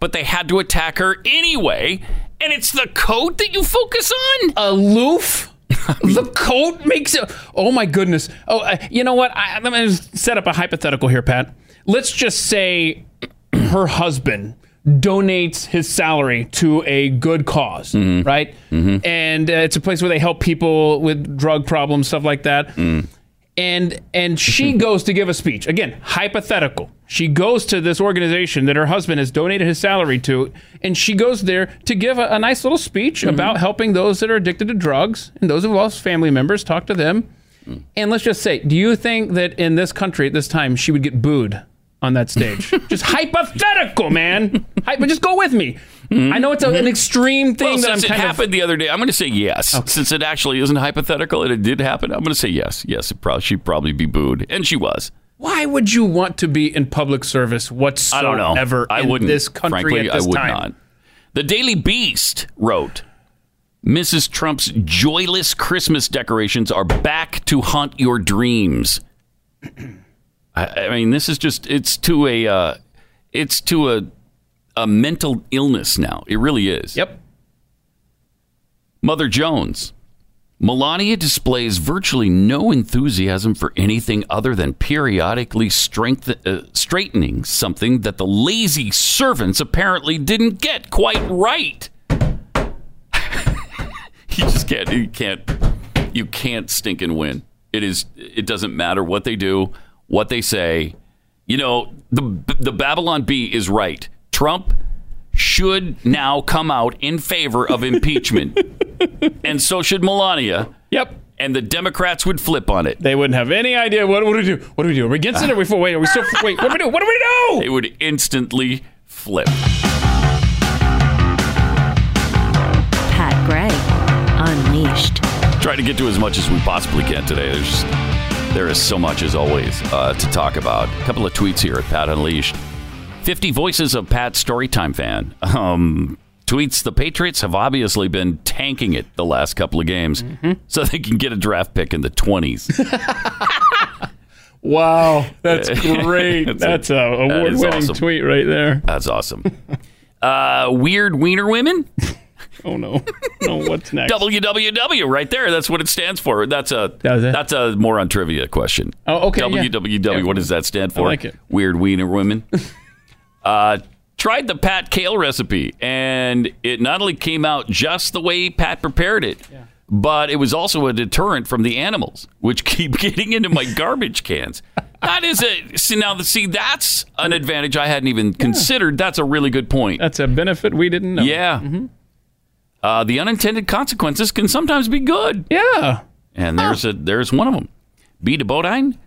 but they had to attack her anyway. And it's the coat that you focus on? Aloof? the coat makes it. Oh my goodness. Oh, uh, you know what? I, I'm going to set up a hypothetical here, Pat. Let's just say her husband donates his salary to a good because right? And uh, it's a place where they help people with drug problems, stuff like that. And and she goes to give a speech. Again, hypothetical. She goes to this organization that her husband has donated his salary to, and she goes there to give a, a nice little speech about helping those that are addicted to drugs and those who have lost family members, talk to them. And let's just say, do you think that in this country at this time she would get booed on that stage? just hypothetical, man. Hy- but just go with me. I know it's a, an extreme thing Mm-hmm. Well, that I'm since it kind of happened the other day, I'm going to say yes. Since it actually isn't hypothetical and it did happen, I'm going to say yes. Yes, it prob- she'd probably be booed, and she was. Why would you want to be in public service I whatsoever don't know. I in wouldn't. this country Frankly, at this I would time? not. The Daily Beast wrote, "Mrs. Trump's joyless Christmas decorations are back to haunt your dreams." I, I mean, this is just—it's to a, uh, it's to a, a mental illness now. It really is. Yep. Mother Jones. Melania displays virtually no enthusiasm for anything other than periodically strength, uh, straightening something that the lazy servants apparently didn't get quite right. you just can't, you can't, you can't stink and win. It is, it doesn't matter what they do, what they say. You know, the the Babylon Bee is right. Trump should now come out in favor of impeachment and so should Melania. Yep. And the Democrats would flip on it. They wouldn't have any idea. What, what do we do? What do we do? Are we against it? Are we for? Wait, are we still? Wait, what do we do? What do we do? They would instantly flip. Pat Gray Unleashed. Try to get to as much as we possibly can today. There's just, there is so much as always uh, to talk about. A couple of tweets here at Pat Unleashed. 50 voices of Pat Storytime fan um, tweets the Patriots have obviously been tanking it the last couple of games Mm-hmm. so they can get a draft pick in the 20s. Wow, that's great. That's that's, it. a That is award-winning awesome. tweet right there. That's awesome. Uh, weird wiener women? Oh no, no, what's next? WWW right there. That's what it stands for. That's a it? that's a more on trivia question. Oh, okay, yeah. WWW. What does that stand for? like it. Weird wiener women. uh, tried the Pat Kale recipe, and it not only came out just the way Pat prepared it, but it was also a deterrent from the animals, which keep getting into my garbage cans. That is a see now. See, that's an advantage I hadn't even considered. That's a really good point. That's a benefit we didn't know. Yeah. Mm-hmm. Uh, the unintended consequences can sometimes be good. Yeah. And there's a there's one of them. B to Bodine.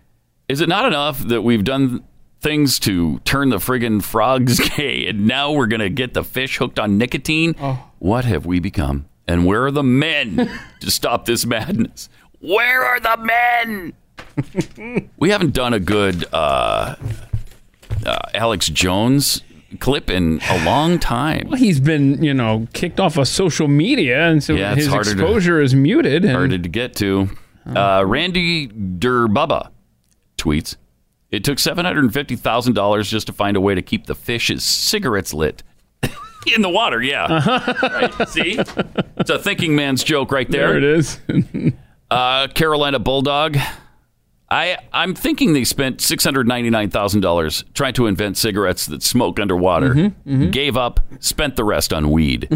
Is it not enough that we've done things to turn the friggin' frogs gay, and now we're gonna get the fish hooked on nicotine? What have we become? And where are the men to stop this madness? Where are the men? We haven't done a good uh, uh, Alex Jones clip in a long time. Well, he's been, you know, kicked off of social media, and so Yeah, it's his harder to- exposure is muted. And Oh. Harder to get to. Uh, Randy Durbubba tweets It took $750,000 just to find a way to keep the fish's cigarettes lit. In the water, yeah. Right, see? It's a thinking man's joke right there. Uh-huh. there it is. Uh, Carolina Bulldog. I I'm thinking they spent six hundred ninety nine thousand dollars trying to invent cigarettes that smoke underwater. Mhm, mhm. Gave up, spent the rest on weed.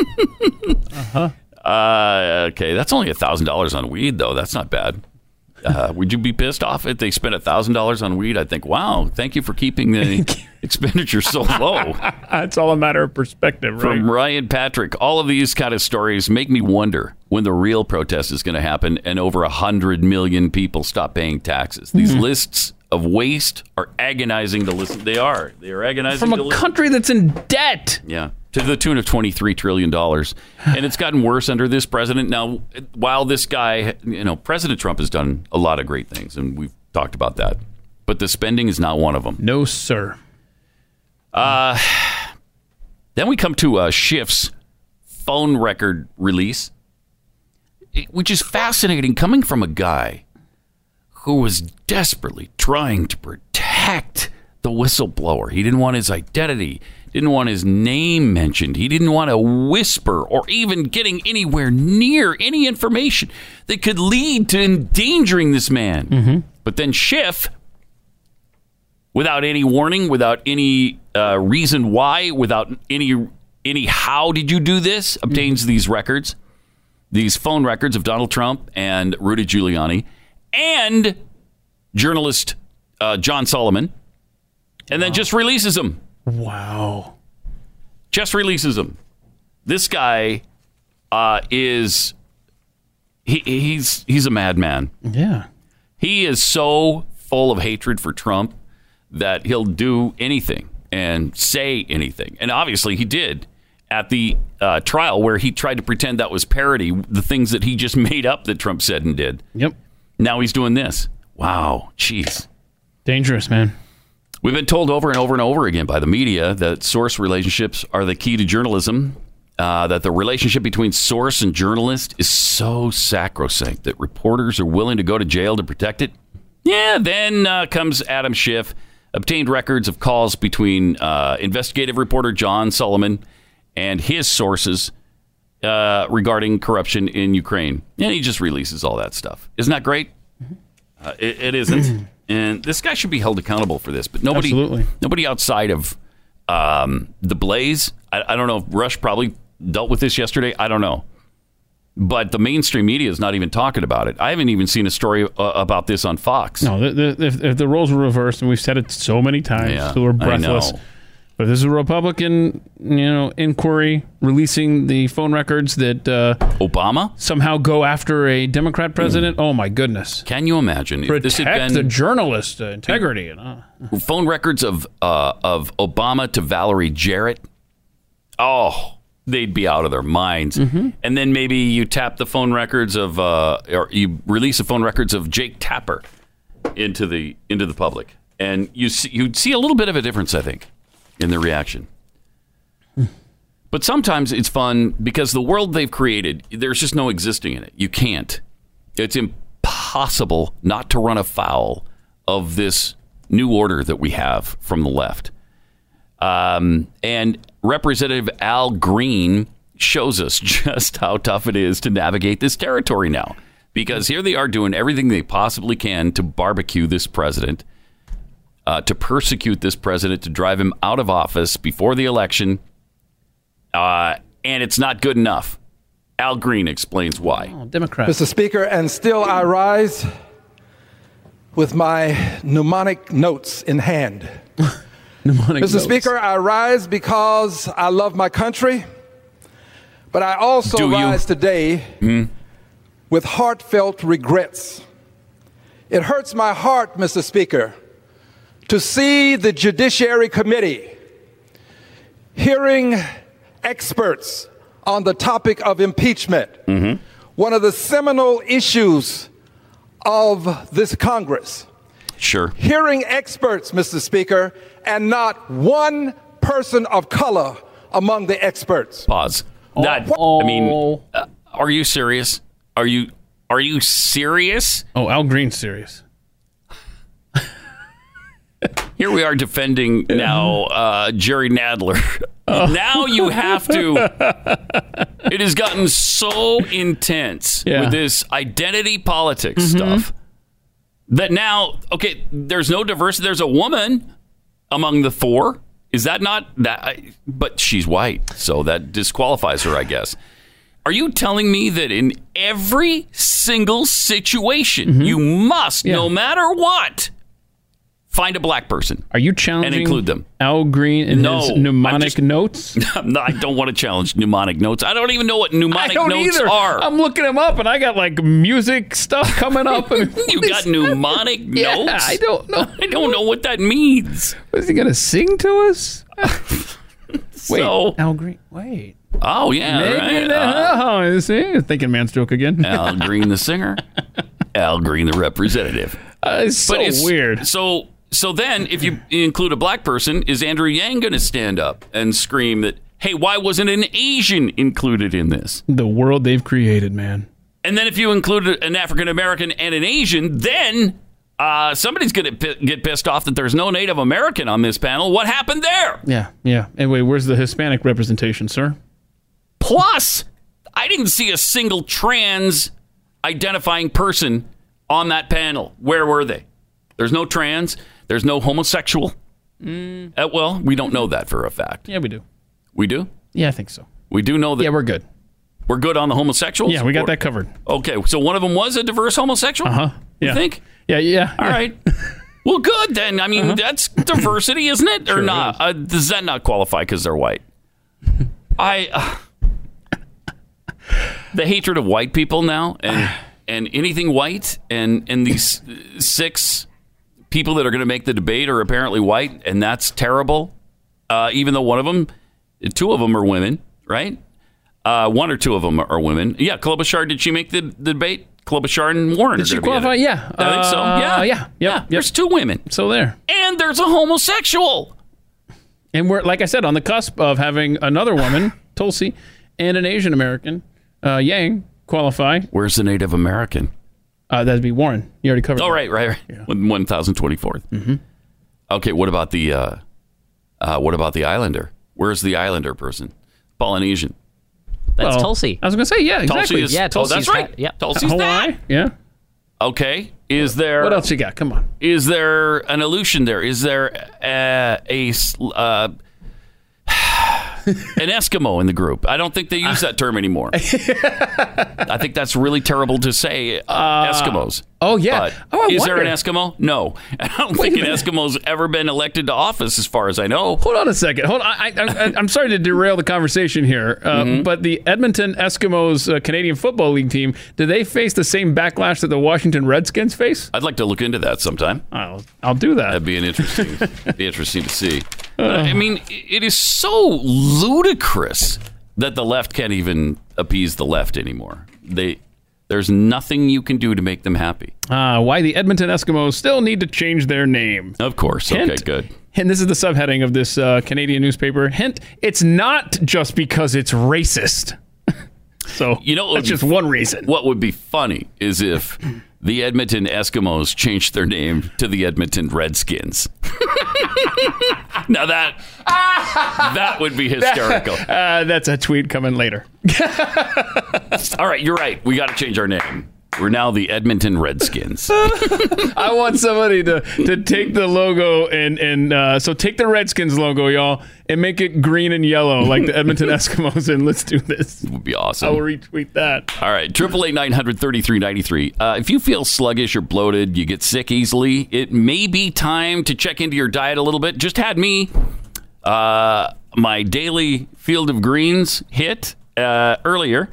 Uh-huh. Uh, okay, that's only thousand dollars on weed though. That's not bad. Uh, would you be pissed off if they spent thousand dollars on weed? I think. Wow, thank you for keeping the expenditure so low. It's all a matter of perspective, right? From Ryan Patrick, all of these kind of stories make me wonder when the real protest is going to happen and over a hundred million people stop paying taxes. These Mhm. lists of waste are agonizing to listen. They are. They are agonizing From to a listen. country that's in debt. Yeah, to the tune of twenty-three trillion dollars, and it's gotten worse under this president. Now, while this guy, you know, President Trump has done a lot of great things, and we've talked about that, but the spending is not one of them. No, sir. Uh, then we come to uh, Schiff's phone record release, it- which is fascinating, coming from a guy who was desperately trying to protect the whistleblower. He didn't want his identity, didn't want his name mentioned. He didn't want a whisper or even getting anywhere near any information that could lead to endangering this man. But then Schiff, without any warning, without any uh, reason why, without any any how did you do this, obtains these records, these phone records of Donald Trump and Rudy Giuliani, and journalist uh, John Solomon, and then just releases them. Wow. Just releases them. This guy uh, is he, he's he's a madman. Yeah. He is so full of hatred for Trump that he'll do anything and say anything. And obviously, he did at the uh, trial where he tried to pretend that was parody, the things that he just made up that Trump said and did. Yep. Now he's doing this. Wow. Jeez. Dangerous, man. We've been told over and over and over again by the media that source relationships are the key to journalism, uh, that the relationship between source and journalist is so sacrosanct that reporters are willing to go to jail to protect it. Yeah, then uh, comes Adam Schiff, obtained records of calls between uh, investigative reporter John Solomon and his sources uh, regarding corruption in Ukraine. And he just releases all that stuff. Isn't that great? Uh, it, it isn't. and this guy should be held accountable for this. But nobody, Absolutely. nobody outside of um, the Blaze. I, I don't know if Rush probably dealt with this yesterday. I don't know. But the mainstream media is not even talking about it. I haven't even seen a story uh, about this on Fox. No, the, the, if, if the roles were reversed, and we've said it so many times, Yeah, so we're I breathless. know. But if this is a Republican, you know, inquiry releasing the phone records that uh, Obama somehow go after a Democrat Mm. president. Oh my goodness! Can you imagine if Protect this had been- the journalist uh, integrity and uh, phone records of uh, of Obama to Valerie Jarrett. Oh, they'd be out of their minds. And then maybe you tap the phone records of, uh, or you release the phone records of Jake Tapper into the into the public, and you see, you'd see a little bit of a difference, I think, in the reaction. But sometimes it's fun because the world they've created, there's just no existing in it. You can't. It's impossible not to run afoul of this new order that we have from the left. Um, and Representative Al Green shows us just how tough it is to navigate this territory now. Because here they are doing everything they possibly can to barbecue this president, uh, to persecute this president, to drive him out of office before the election. Uh, and it's not good enough. Al Green explains why. Democrat. Mr. Speaker, and still I rise with my mnemonic notes in hand. mnemonic Mr. notes. Speaker, I rise because I love my country, but I also Do you? rise today Hmm. with heartfelt regrets. It hurts my heart, Mr. Speaker, to see the Judiciary Committee hearing experts on the topic of impeachment, Mm-hmm. one of the seminal issues of this Congress. Sure. Hearing experts, Mr. Speaker, and not one person of color among the experts. Pause. Not, I mean, uh, are you serious? Are you are you serious? Oh, Al Green's serious. Here we are defending now uh, Jerry Nadler. now you have to. It has gotten so intense Yeah. with this identity politics stuff that now, okay, there's no diversity. There's a woman among the four. Is that not that? I, but she's white, so that disqualifies her, I guess. Are you telling me that in every single situation, you must, no matter what, find a black person? Are you challenging include them. Al Green in No, his I'm mnemonic just- notes? No, I don't want to challenge mnemonic notes. I don't even know what mnemonic I don't notes either. are. I'm looking him up, and I got like music stuff coming up. And you got mnemonic Yeah, notes? I don't know. I don't know what that means. Is he gonna sing to us? Wait, Al Green. Wait. Oh yeah, Maybe right. uh, that- oh, see, thinking man's joke again. Al Green, the singer. Al Green, the representative. Uh, it's so weird. So so then, if you include a black person, is Andrew Yang going to stand up and scream that? Hey, why wasn't an Asian included in this? The world they've created, man. And then if you include an African American and an Asian, then uh, somebody's going to p- get pissed off that there's no Native American on this panel. What happened there? Yeah, yeah. Anyway, where's the Hispanic representation, sir? Plus, I didn't see a single trans identifying person on that panel. Where were they? There's no trans, there's no homosexual. Uh, well, we don't know that for a fact. Yeah, we do. We do? Yeah, I think so. We do know that. Yeah, we're good. We're good on the homosexuals? Yeah, we got Or- that covered. Okay, so one of them was a diverse homosexual? Uh huh. Yeah. You think? Yeah, yeah. All right. Well, good then. I mean, that's diversity, isn't it? or not? Uh, does that not qualify because they're white? I. Uh, the hatred of white people now, and and anything white, and and these uh, six people that are going to make the debate are apparently white, and that's terrible. Uh, even though one of them, two of them are women, right? Uh, one or two of them are women. Yeah, Klobuchar. Did she make the, the debate? Klobuchar and Warren. Did are she gonna be in it. qualify? Yeah. I think so. Uh, Yeah, yeah. Yep, yep. There's two women. So there. And there's a homosexual. And we're, like I said, on the cusp of having another woman, Tulsi, and an Asian American, uh, Yang, qualify. Where's the Native American? Uh, that'd be Warren. You already covered Oh, right, right, right. One thousand twenty-fourth. Mhm. Okay. What about the uh, uh, what about the Islander? Where's the Islander person? Polynesian. That's Tulsi. I was going to say, yeah, Tulsi exactly. is- Yeah, oh, that's Tulsi's right. that- yeah. Tulsi's Hawaii. that. Yeah. Okay. Is there What else you got? Come on. Is there an illusion there? Is there uh, a s- uh, an Eskimo in the group? I don't think they use that term anymore. I think that's really terrible to say uh, Eskimos. oh, yeah. But Oh, I is there an wonder. Eskimo? No, I don't think an Eskimo's ever been elected to office, as far as I know. Hold on a second. Hold on. I, I, I, I'm sorry to derail the conversation here, uh, Mm-hmm. but the Edmonton Eskimos uh, Canadian Football League team, do they face the same backlash that the Washington Redskins face? I'd like to look into that sometime. I'll, I'll do that. That'd be an interesting, be interesting to Uh. see. But, I mean, it is so ludicrous that the left can't even appease the left anymore. They, there's nothing you can do to make them happy. Uh, why the Edmonton Eskimos still need to change their name. Of course. Hint, Okay, good. And this is the subheading of this uh, Canadian newspaper. Hint, it's not just because it's racist. So you know, that's just one reason. What would be funny is if the Edmonton Eskimos changed their name to the Edmonton Redskins. now that that would be hysterical. uh, that's a tweet coming later. All right, you're right. We got to change our name. We're now the Edmonton Redskins. I want somebody to, to take the logo and and uh, so take the Redskins logo, y'all, and make it green and yellow like the Edmonton Eskimos. And let's do this. would be awesome. I will retweet that. All right, triple eight nine hundred thirty three ninety three. If you feel sluggish or bloated, you get sick easily. It may be time to check into your diet a little bit. Just had me uh, my daily field of greens hit uh, earlier,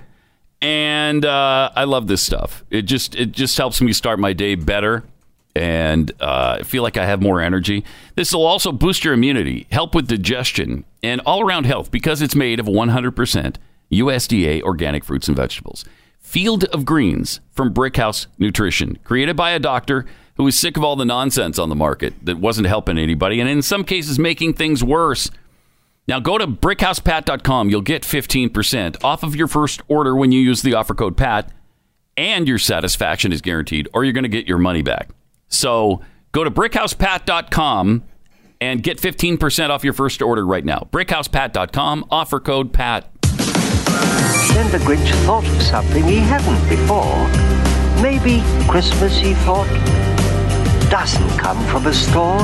and uh, I love this stuff. It just it just helps me start my day better and uh, I feel like I have more energy. This will also boost your immunity, help with digestion, and all around health because it's made of 100% USDA organic fruits and vegetables. Field of Greens from Brickhouse Nutrition, created by a doctor who was sick of all the nonsense on the market that wasn't helping anybody and in some cases making things worse. Now go to brickhousepat.com. You'll get 15% off of your first order when you use the offer code PAT, and your satisfaction is guaranteed, or you're going to get your money back. So go to brickhousepat.com and get 15% off your first order right now. Brickhousepat.com, offer code PAT. Sendergridge thought of something he hadn't before. Maybe Christmas, he thought, doesn't come from a store.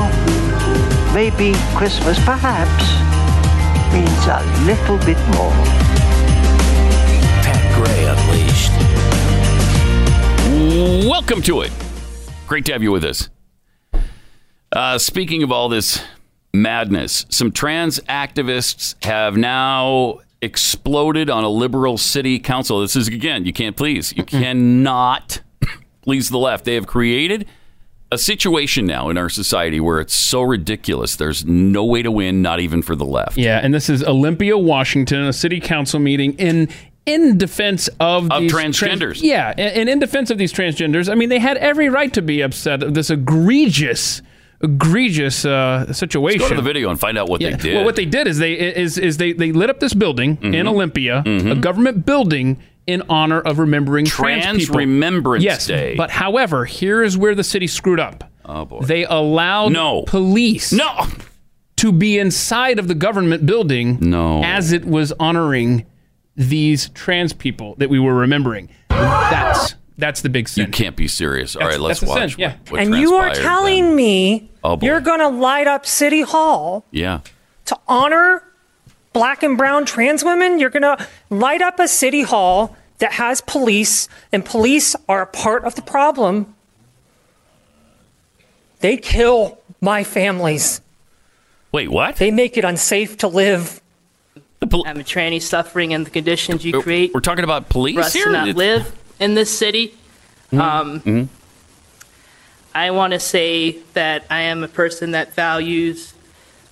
Maybe Christmas, perhaps, means a little bit more. Pat Gray Unleashed. Welcome to it. Great to have you with us. Uh, speaking of all this madness, some trans activists have now exploded on a liberal city council. This is, again, you can't please. You cannot please the left. They have created a situation now in our society where it's so ridiculous. There's no way to win, not even for the left. Yeah, and this is Olympia, Washington, a city council meeting in in defense of, Of these transgenders. trans- yeah, and, and in defense of these transgenders, I mean, they had every right to be upset of this egregious, egregious uh, situation. Go to the video and find out what they did. Mm-hmm. Well, what they did is they is is they they lit up this building in Olympia, a government building in honor of remembering trans, Trans people. Remembrance yes, Day. But however, here is where the city screwed up. Oh, boy. They allowed No. police no to be inside of the government building no. as it was honoring these trans people that we were remembering. That's that's the big sin. You can't be serious. All right, let's that's the sin, watch. yeah. what and you are transpired. telling me Oh, boy. you're going to light up City Hall Yeah. to honor black and brown trans women? You're going to light up a City Hall that has police, and police are a part of the problem. They kill my families. Wait, what? They make it unsafe to live. I'm a tranny suffering in the conditions you create. We're talking about police for us here? to not It's- live in this city. Um, Mhm. I want to say that I am a person that values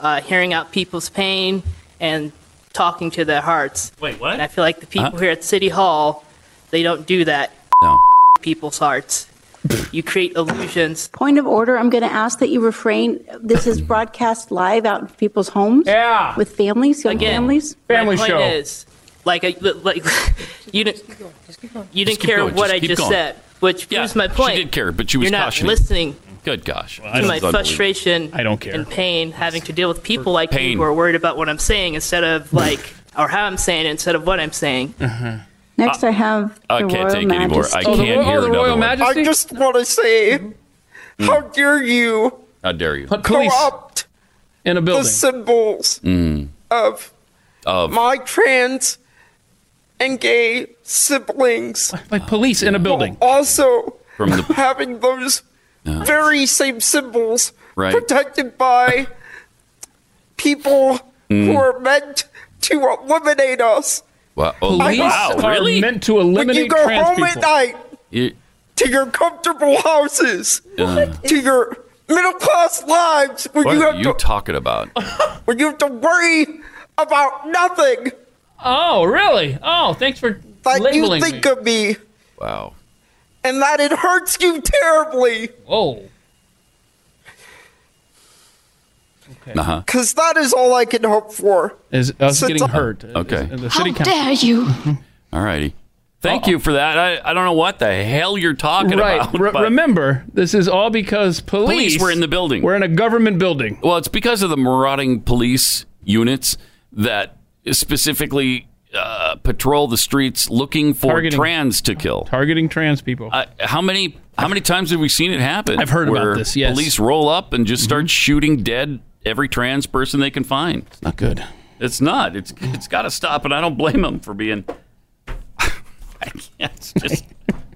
uh, hearing out people's pain and talking to their hearts. Wait, what? And I feel like the people Huh? here at City Hall, they don't do that. No. People's hearts. you create illusions. Point of order, I'm going to ask that you refrain. This is broadcast live out in people's homes. Yeah. With families, young Again, families. my point Is, like, I, like you didn't, you didn't Just keep care going, what just I keep just going. said, which proves my point. She did care, but she was You're not cautioning. listening Good gosh. to my frustration I don't care. and pain having to deal with people like Pain. Hmm. you who are worried about what I'm saying instead of like or how I'm saying it instead of what I'm saying. Next, I have I the can't Royal take Majesty. anymore. I can't hear another one. Majesty? I just want to say, how dare you How dare you? corrupt in a the symbols Mm. of Of my trans and gay siblings? Like police in a building. Oh, Also, From the- having those very same symbols Right. protected by people who Mm. are meant to eliminate us. Wow, oh, Police wow, are really? meant to When you eliminate go trans home people. at night You- to your comfortable houses, What? to your middle class lives, where what you are have you talking about? to where you have to worry about nothing. Oh, really? Oh, thanks for that labeling you think me. of me, Wow. and that it hurts you terribly, Whoa. Uh-huh. because that is all I can hope for. Is us Since getting I- hurt? Okay. Is- is the city council- dare you? All righty. Thank you for that. I, I don't know what the hell you're talking Right. about. Re- but remember, this is all because police, police were in the building. We're in a government building. Well, it's because of the marauding police units that specifically uh, patrol the streets looking for Targeting. trans to kill. targeting trans people. Uh, how many how many times have we seen it happen? I've heard about where this, yes. Mm-hmm. police roll up and just start shooting dead every trans person they can find. It's not good. It's not. It's it's got to stop, and I don't blame them for being. I can't. It's just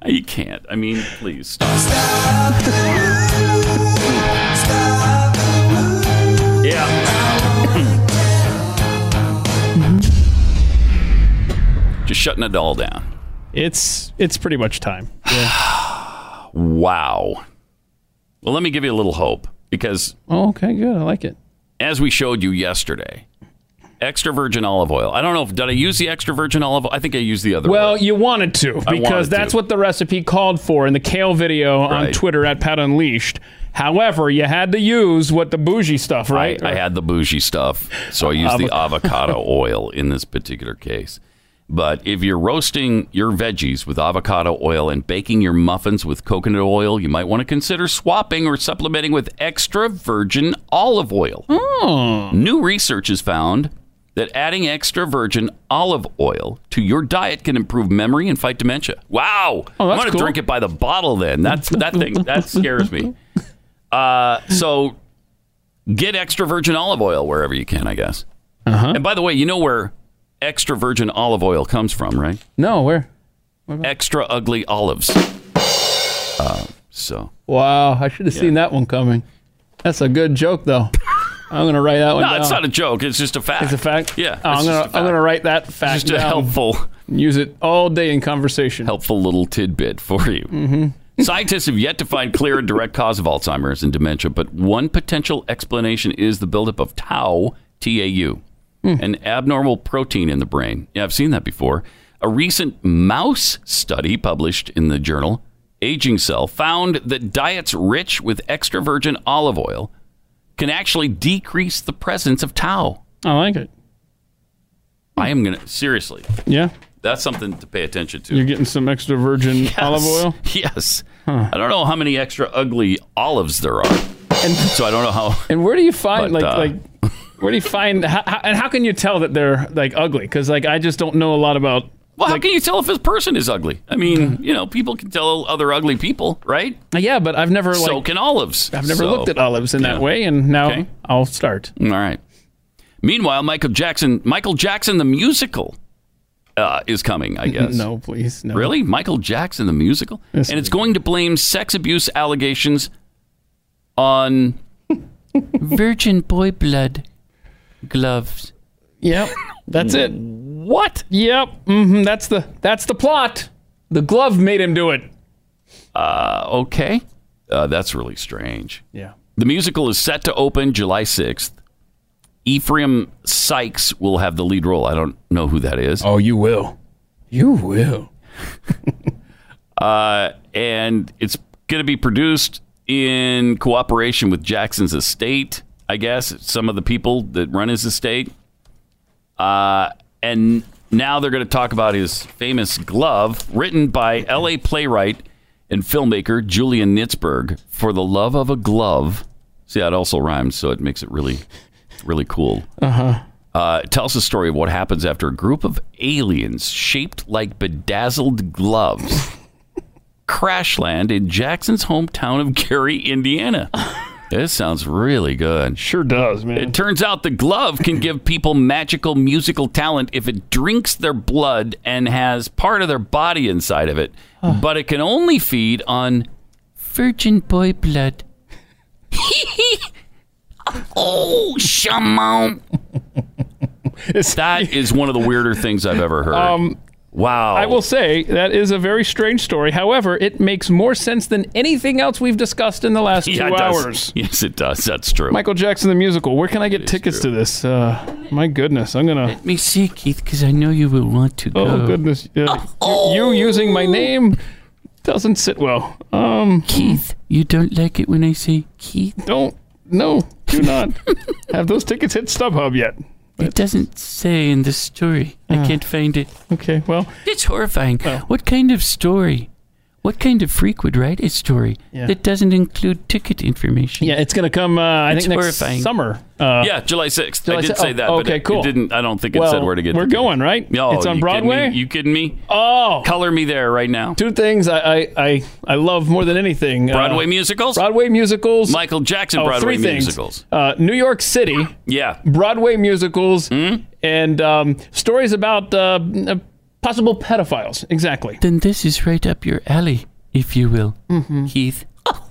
you can't. I mean, please stop. Yeah. just shutting it all down. It's it's pretty much time. Wow. Well, let me give you a little hope because Oh, okay, good. I like it. as we showed you yesterday, extra virgin olive oil. I don't know if did I use the extra virgin olive. oil? I think I used the other. one. Well, you wanted to I because wanted that's to. what the recipe called for in the kale video on Right. Twitter at Pat Unleashed. However, you had to use what the bougie stuff, right? I, I had the bougie stuff, so I used the avocado oil in this particular case. But if you're roasting your veggies with avocado oil and baking your muffins with coconut oil, you might want to consider swapping or supplementing with extra virgin olive oil. New research has found that adding extra virgin olive oil to your diet can improve memory and fight dementia. Wow! Oh, that's I'm gonna cool. drink it by the bottle. Then that's that thing that scares me. Uh, so get extra virgin olive oil wherever you can, I guess. Uh-huh. And by the way, you know where extra virgin olive oil comes from, right? no, where? Uh-huh. Extra ugly olives. Uh, so Wow, I should have seen that one coming. That's a good joke, though. I'm gonna write that no, one down. it's not a joke. It's just a fact. It's a fact. Yeah, Oh, I'm it's just gonna a I'm fact. gonna write that fact Just a down. helpful, use it all day in conversation. Helpful little tidbit for you. Mhm. Scientists have yet to find clear and direct cause of Alzheimer's and dementia, but one potential explanation is the buildup of tau, TAU, an abnormal protein in the brain. Yeah, I've seen that before. A recent mouse study published in the journal Aging Cell found that diets rich with extra virgin olive oil can actually decrease the presence of tau. I like it. I am going to, seriously, Yeah, that's something to pay attention to. you're getting some extra virgin olive oil. Yes. Huh. I don't know how many extra ugly olives there are. so I don't know how. And where do you find But, like uh, like where do you find how, how, and how can you tell that they're like ugly? Because like I just don't know a lot about. Well, how can you tell if a person is ugly? I mean, Hmm. you know, people can tell other ugly people, right? Yeah, but I've never like so can olives. I've never So, looked at olives in yeah. that way, and now Okay. I'll start. All right. Meanwhile, Michael Jackson, Michael Jackson the musical, uh, is coming. I guess. No, please, no. Really, Michael Jackson the musical, Yes, and it's going to blame sex abuse allegations on virgin boy blood gloves. Yep, that's it. What? Yep, hmm that's the that's the plot. The glove made him do it. Uh, okay. Uh, that's really strange. Yeah. The musical is set to open July 6th. Ephraim Sykes will have the lead role. I don't know who that is. Oh, you will. You will. uh, and it's going to be produced in cooperation with Jackson's estate, I guess, some of the people that run his estate. Uh, and now they're going to talk about his famous glove written by LA playwright and filmmaker Julian Nitzberg for the love of a glove. See, that also rhymes, so it makes it really, really cool. Uh-huh. Uh, it tells the story of what happens after a group of aliens shaped like bedazzled gloves crash land in Jackson's hometown of Gary, Indiana. This sounds really good. Sure does, man. It turns out the glove can give people magical musical talent if it drinks their blood and has part of their body inside of it, but it can only feed on virgin boy blood. oh, shaman. that is one of the weirder things I've ever heard. Um, wow. I will say that is a very strange story. However, it makes more sense than anything else we've discussed in the last Yeah, two it does. hours. Yes, it does. That's true. Michael Jackson the musical. Where can I get tickets to this? Uh, my goodness, I'm gonna. Let me see, Keith, because I know you will want to Oh go. goodness, yeah. Oh. You, you using my name doesn't sit well. Um, Keith, you don't like it when I say Keith. Don't. No, do not. Have those tickets hit StubHub yet? It doesn't say in the story. Ah. I can't find it. Okay, well. It's horrifying. Oh. What kind of story? What kind of freak would write a story Yeah. that doesn't include ticket information? Yeah, it's gonna come. Uh, I It's think next horrifying. summer. Uh, yeah, July 6th. July I did sixth- say oh, that. but okay, it- it cool. didn't, I don't think it said Well, where to get We're the tickets. going right. No, it's on you kidding me? Broadway. You kidding me? Oh, Color me there right now. two things I I, I, I love more than anything. uh, Broadway musicals? Broadway musicals. Michael Jackson Oh, Broadway three things. musicals. Uh, New York City. Yeah. Broadway musicals. Hmm? And um, stories about uh, uh, possible pedophiles. Exactly. Then this is right up your alley, if you will, Keith.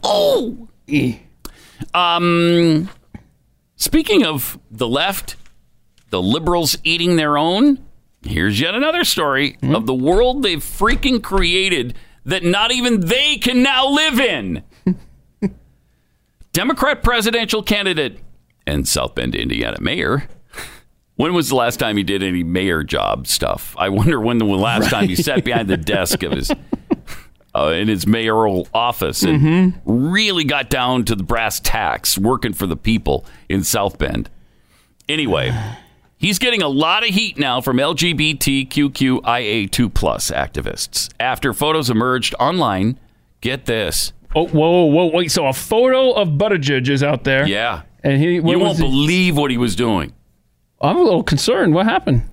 Oh! Um, speaking of the left, the liberals eating their own, here's yet another story of the world they've freaking created that not even they can now live in. Democrat presidential candidate and South Bend, Indiana mayor When was the last time he did any mayor job stuff? I wonder when the last time he sat behind the desk of his uh, in his mayoral office and Mm-hmm. really got down to the brass tacks, working for the people in South Bend. Anyway, he's getting a lot of heat now from LGBTQIA2 plus activists after photos emerged online. Get this. Oh, whoa, whoa, wait. So a photo of Buttigieg is out there. Yeah. And he, what you was won't he- believe what he was doing. I'm a little concerned. What happened?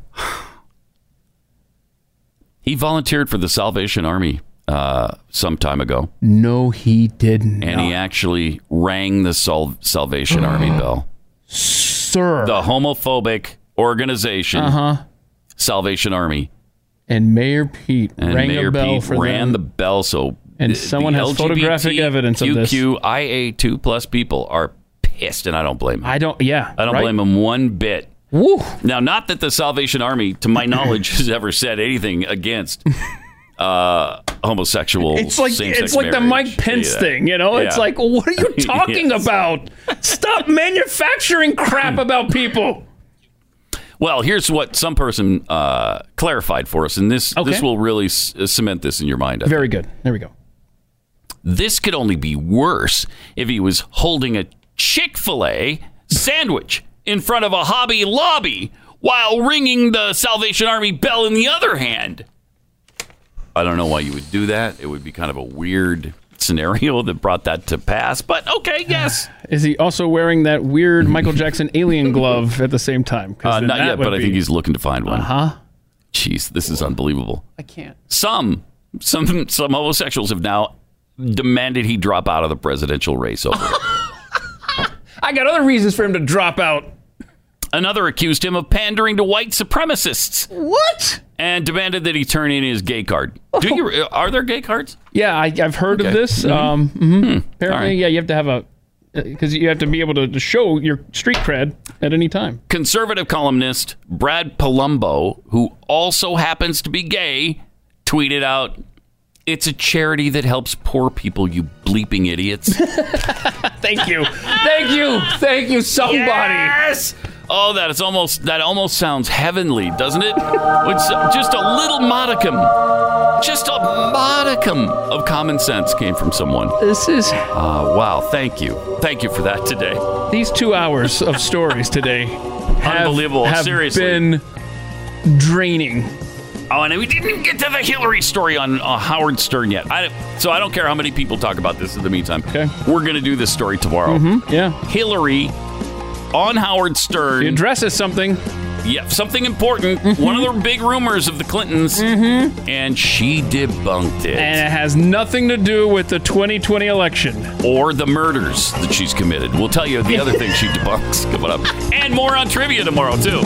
He volunteered for the Salvation Army uh, some time ago, No, he didn't. and he actually rang the Sal- Salvation Army bell. Sir. The homophobic organization, Uh huh. Salvation Army, And Mayor Pete and rang Mayor a bell Pete for them. ran the bell. So And the- someone the has photographic evidence of this. LGBTQIA2 plus people are pissed, and I don't blame. Them. I don't. Yeah. I don't right? blame him one bit. Woo. Now, not that the Salvation Army, to my knowledge, has ever said anything against uh, homosexual. It's like same-sex it's like the marriage. Mike Pence Yeah. thing, you know. It's Yeah. like, what are you talking Yes. about? Stop manufacturing crap about people. Well, here's what some person uh, clarified for us, and this Okay. this will really s- uh, cement this in your mind. I think. Very good. There we go. This could only be worse if he was holding a Chick Fil A sandwich in front of a Hobby Lobby while ringing the Salvation Army bell in the other hand. I don't know why you would do that. It would be kind of a weird scenario that brought that to pass, but okay, yes. Is he also wearing that weird Michael Jackson alien glove at the same time? 'Cause Uh, then not that yet, would but I be- think he's looking to find one. Uh-huh. Jeez, this is unbelievable. I can't. Some some some homosexuals have now demanded he drop out of the presidential race over it. I got other reasons for him to drop out. Another accused him of pandering to white supremacists. What? Oh. And demanded that he turn in his gay card. Do you are there gay cards? Yeah, I, I've heard of Okay. this. Mhm. Um, mhm. Apparently, All right. yeah, you have to have a because you have to be able to, to show your street cred at any time. Conservative columnist Brad Palumbo, who also happens to be gay, tweeted out, "It's a charity that helps poor people, you bleeping idiots." Thank you, thank you, thank you, somebody. Yes. Oh, that is almost that almost sounds heavenly, doesn't it? It's just a little modicum, just a modicum of common sense came from someone. This is Uh, wow, thank you, thank you for that today. Oh, these two hours of stories today. Have, Unbelievable, Have seriously. been draining. Oh, and we didn't even get to the Hillary story on uh, Howard Stern yet. I, so I don't care how many people talk about this in the meantime. Okay. We're going to do this story tomorrow. Mm-hmm. Yeah, Hillary on Howard Stern. she Mm-hmm. addresses something. Yeah, something important. One of the big rumors of the Clintons. Mm-hmm. And she debunked it. And it has nothing to do with the 2020 election. or the murders that she's committed. We'll tell you the other thing she debunks coming up. And more on trivia tomorrow, too.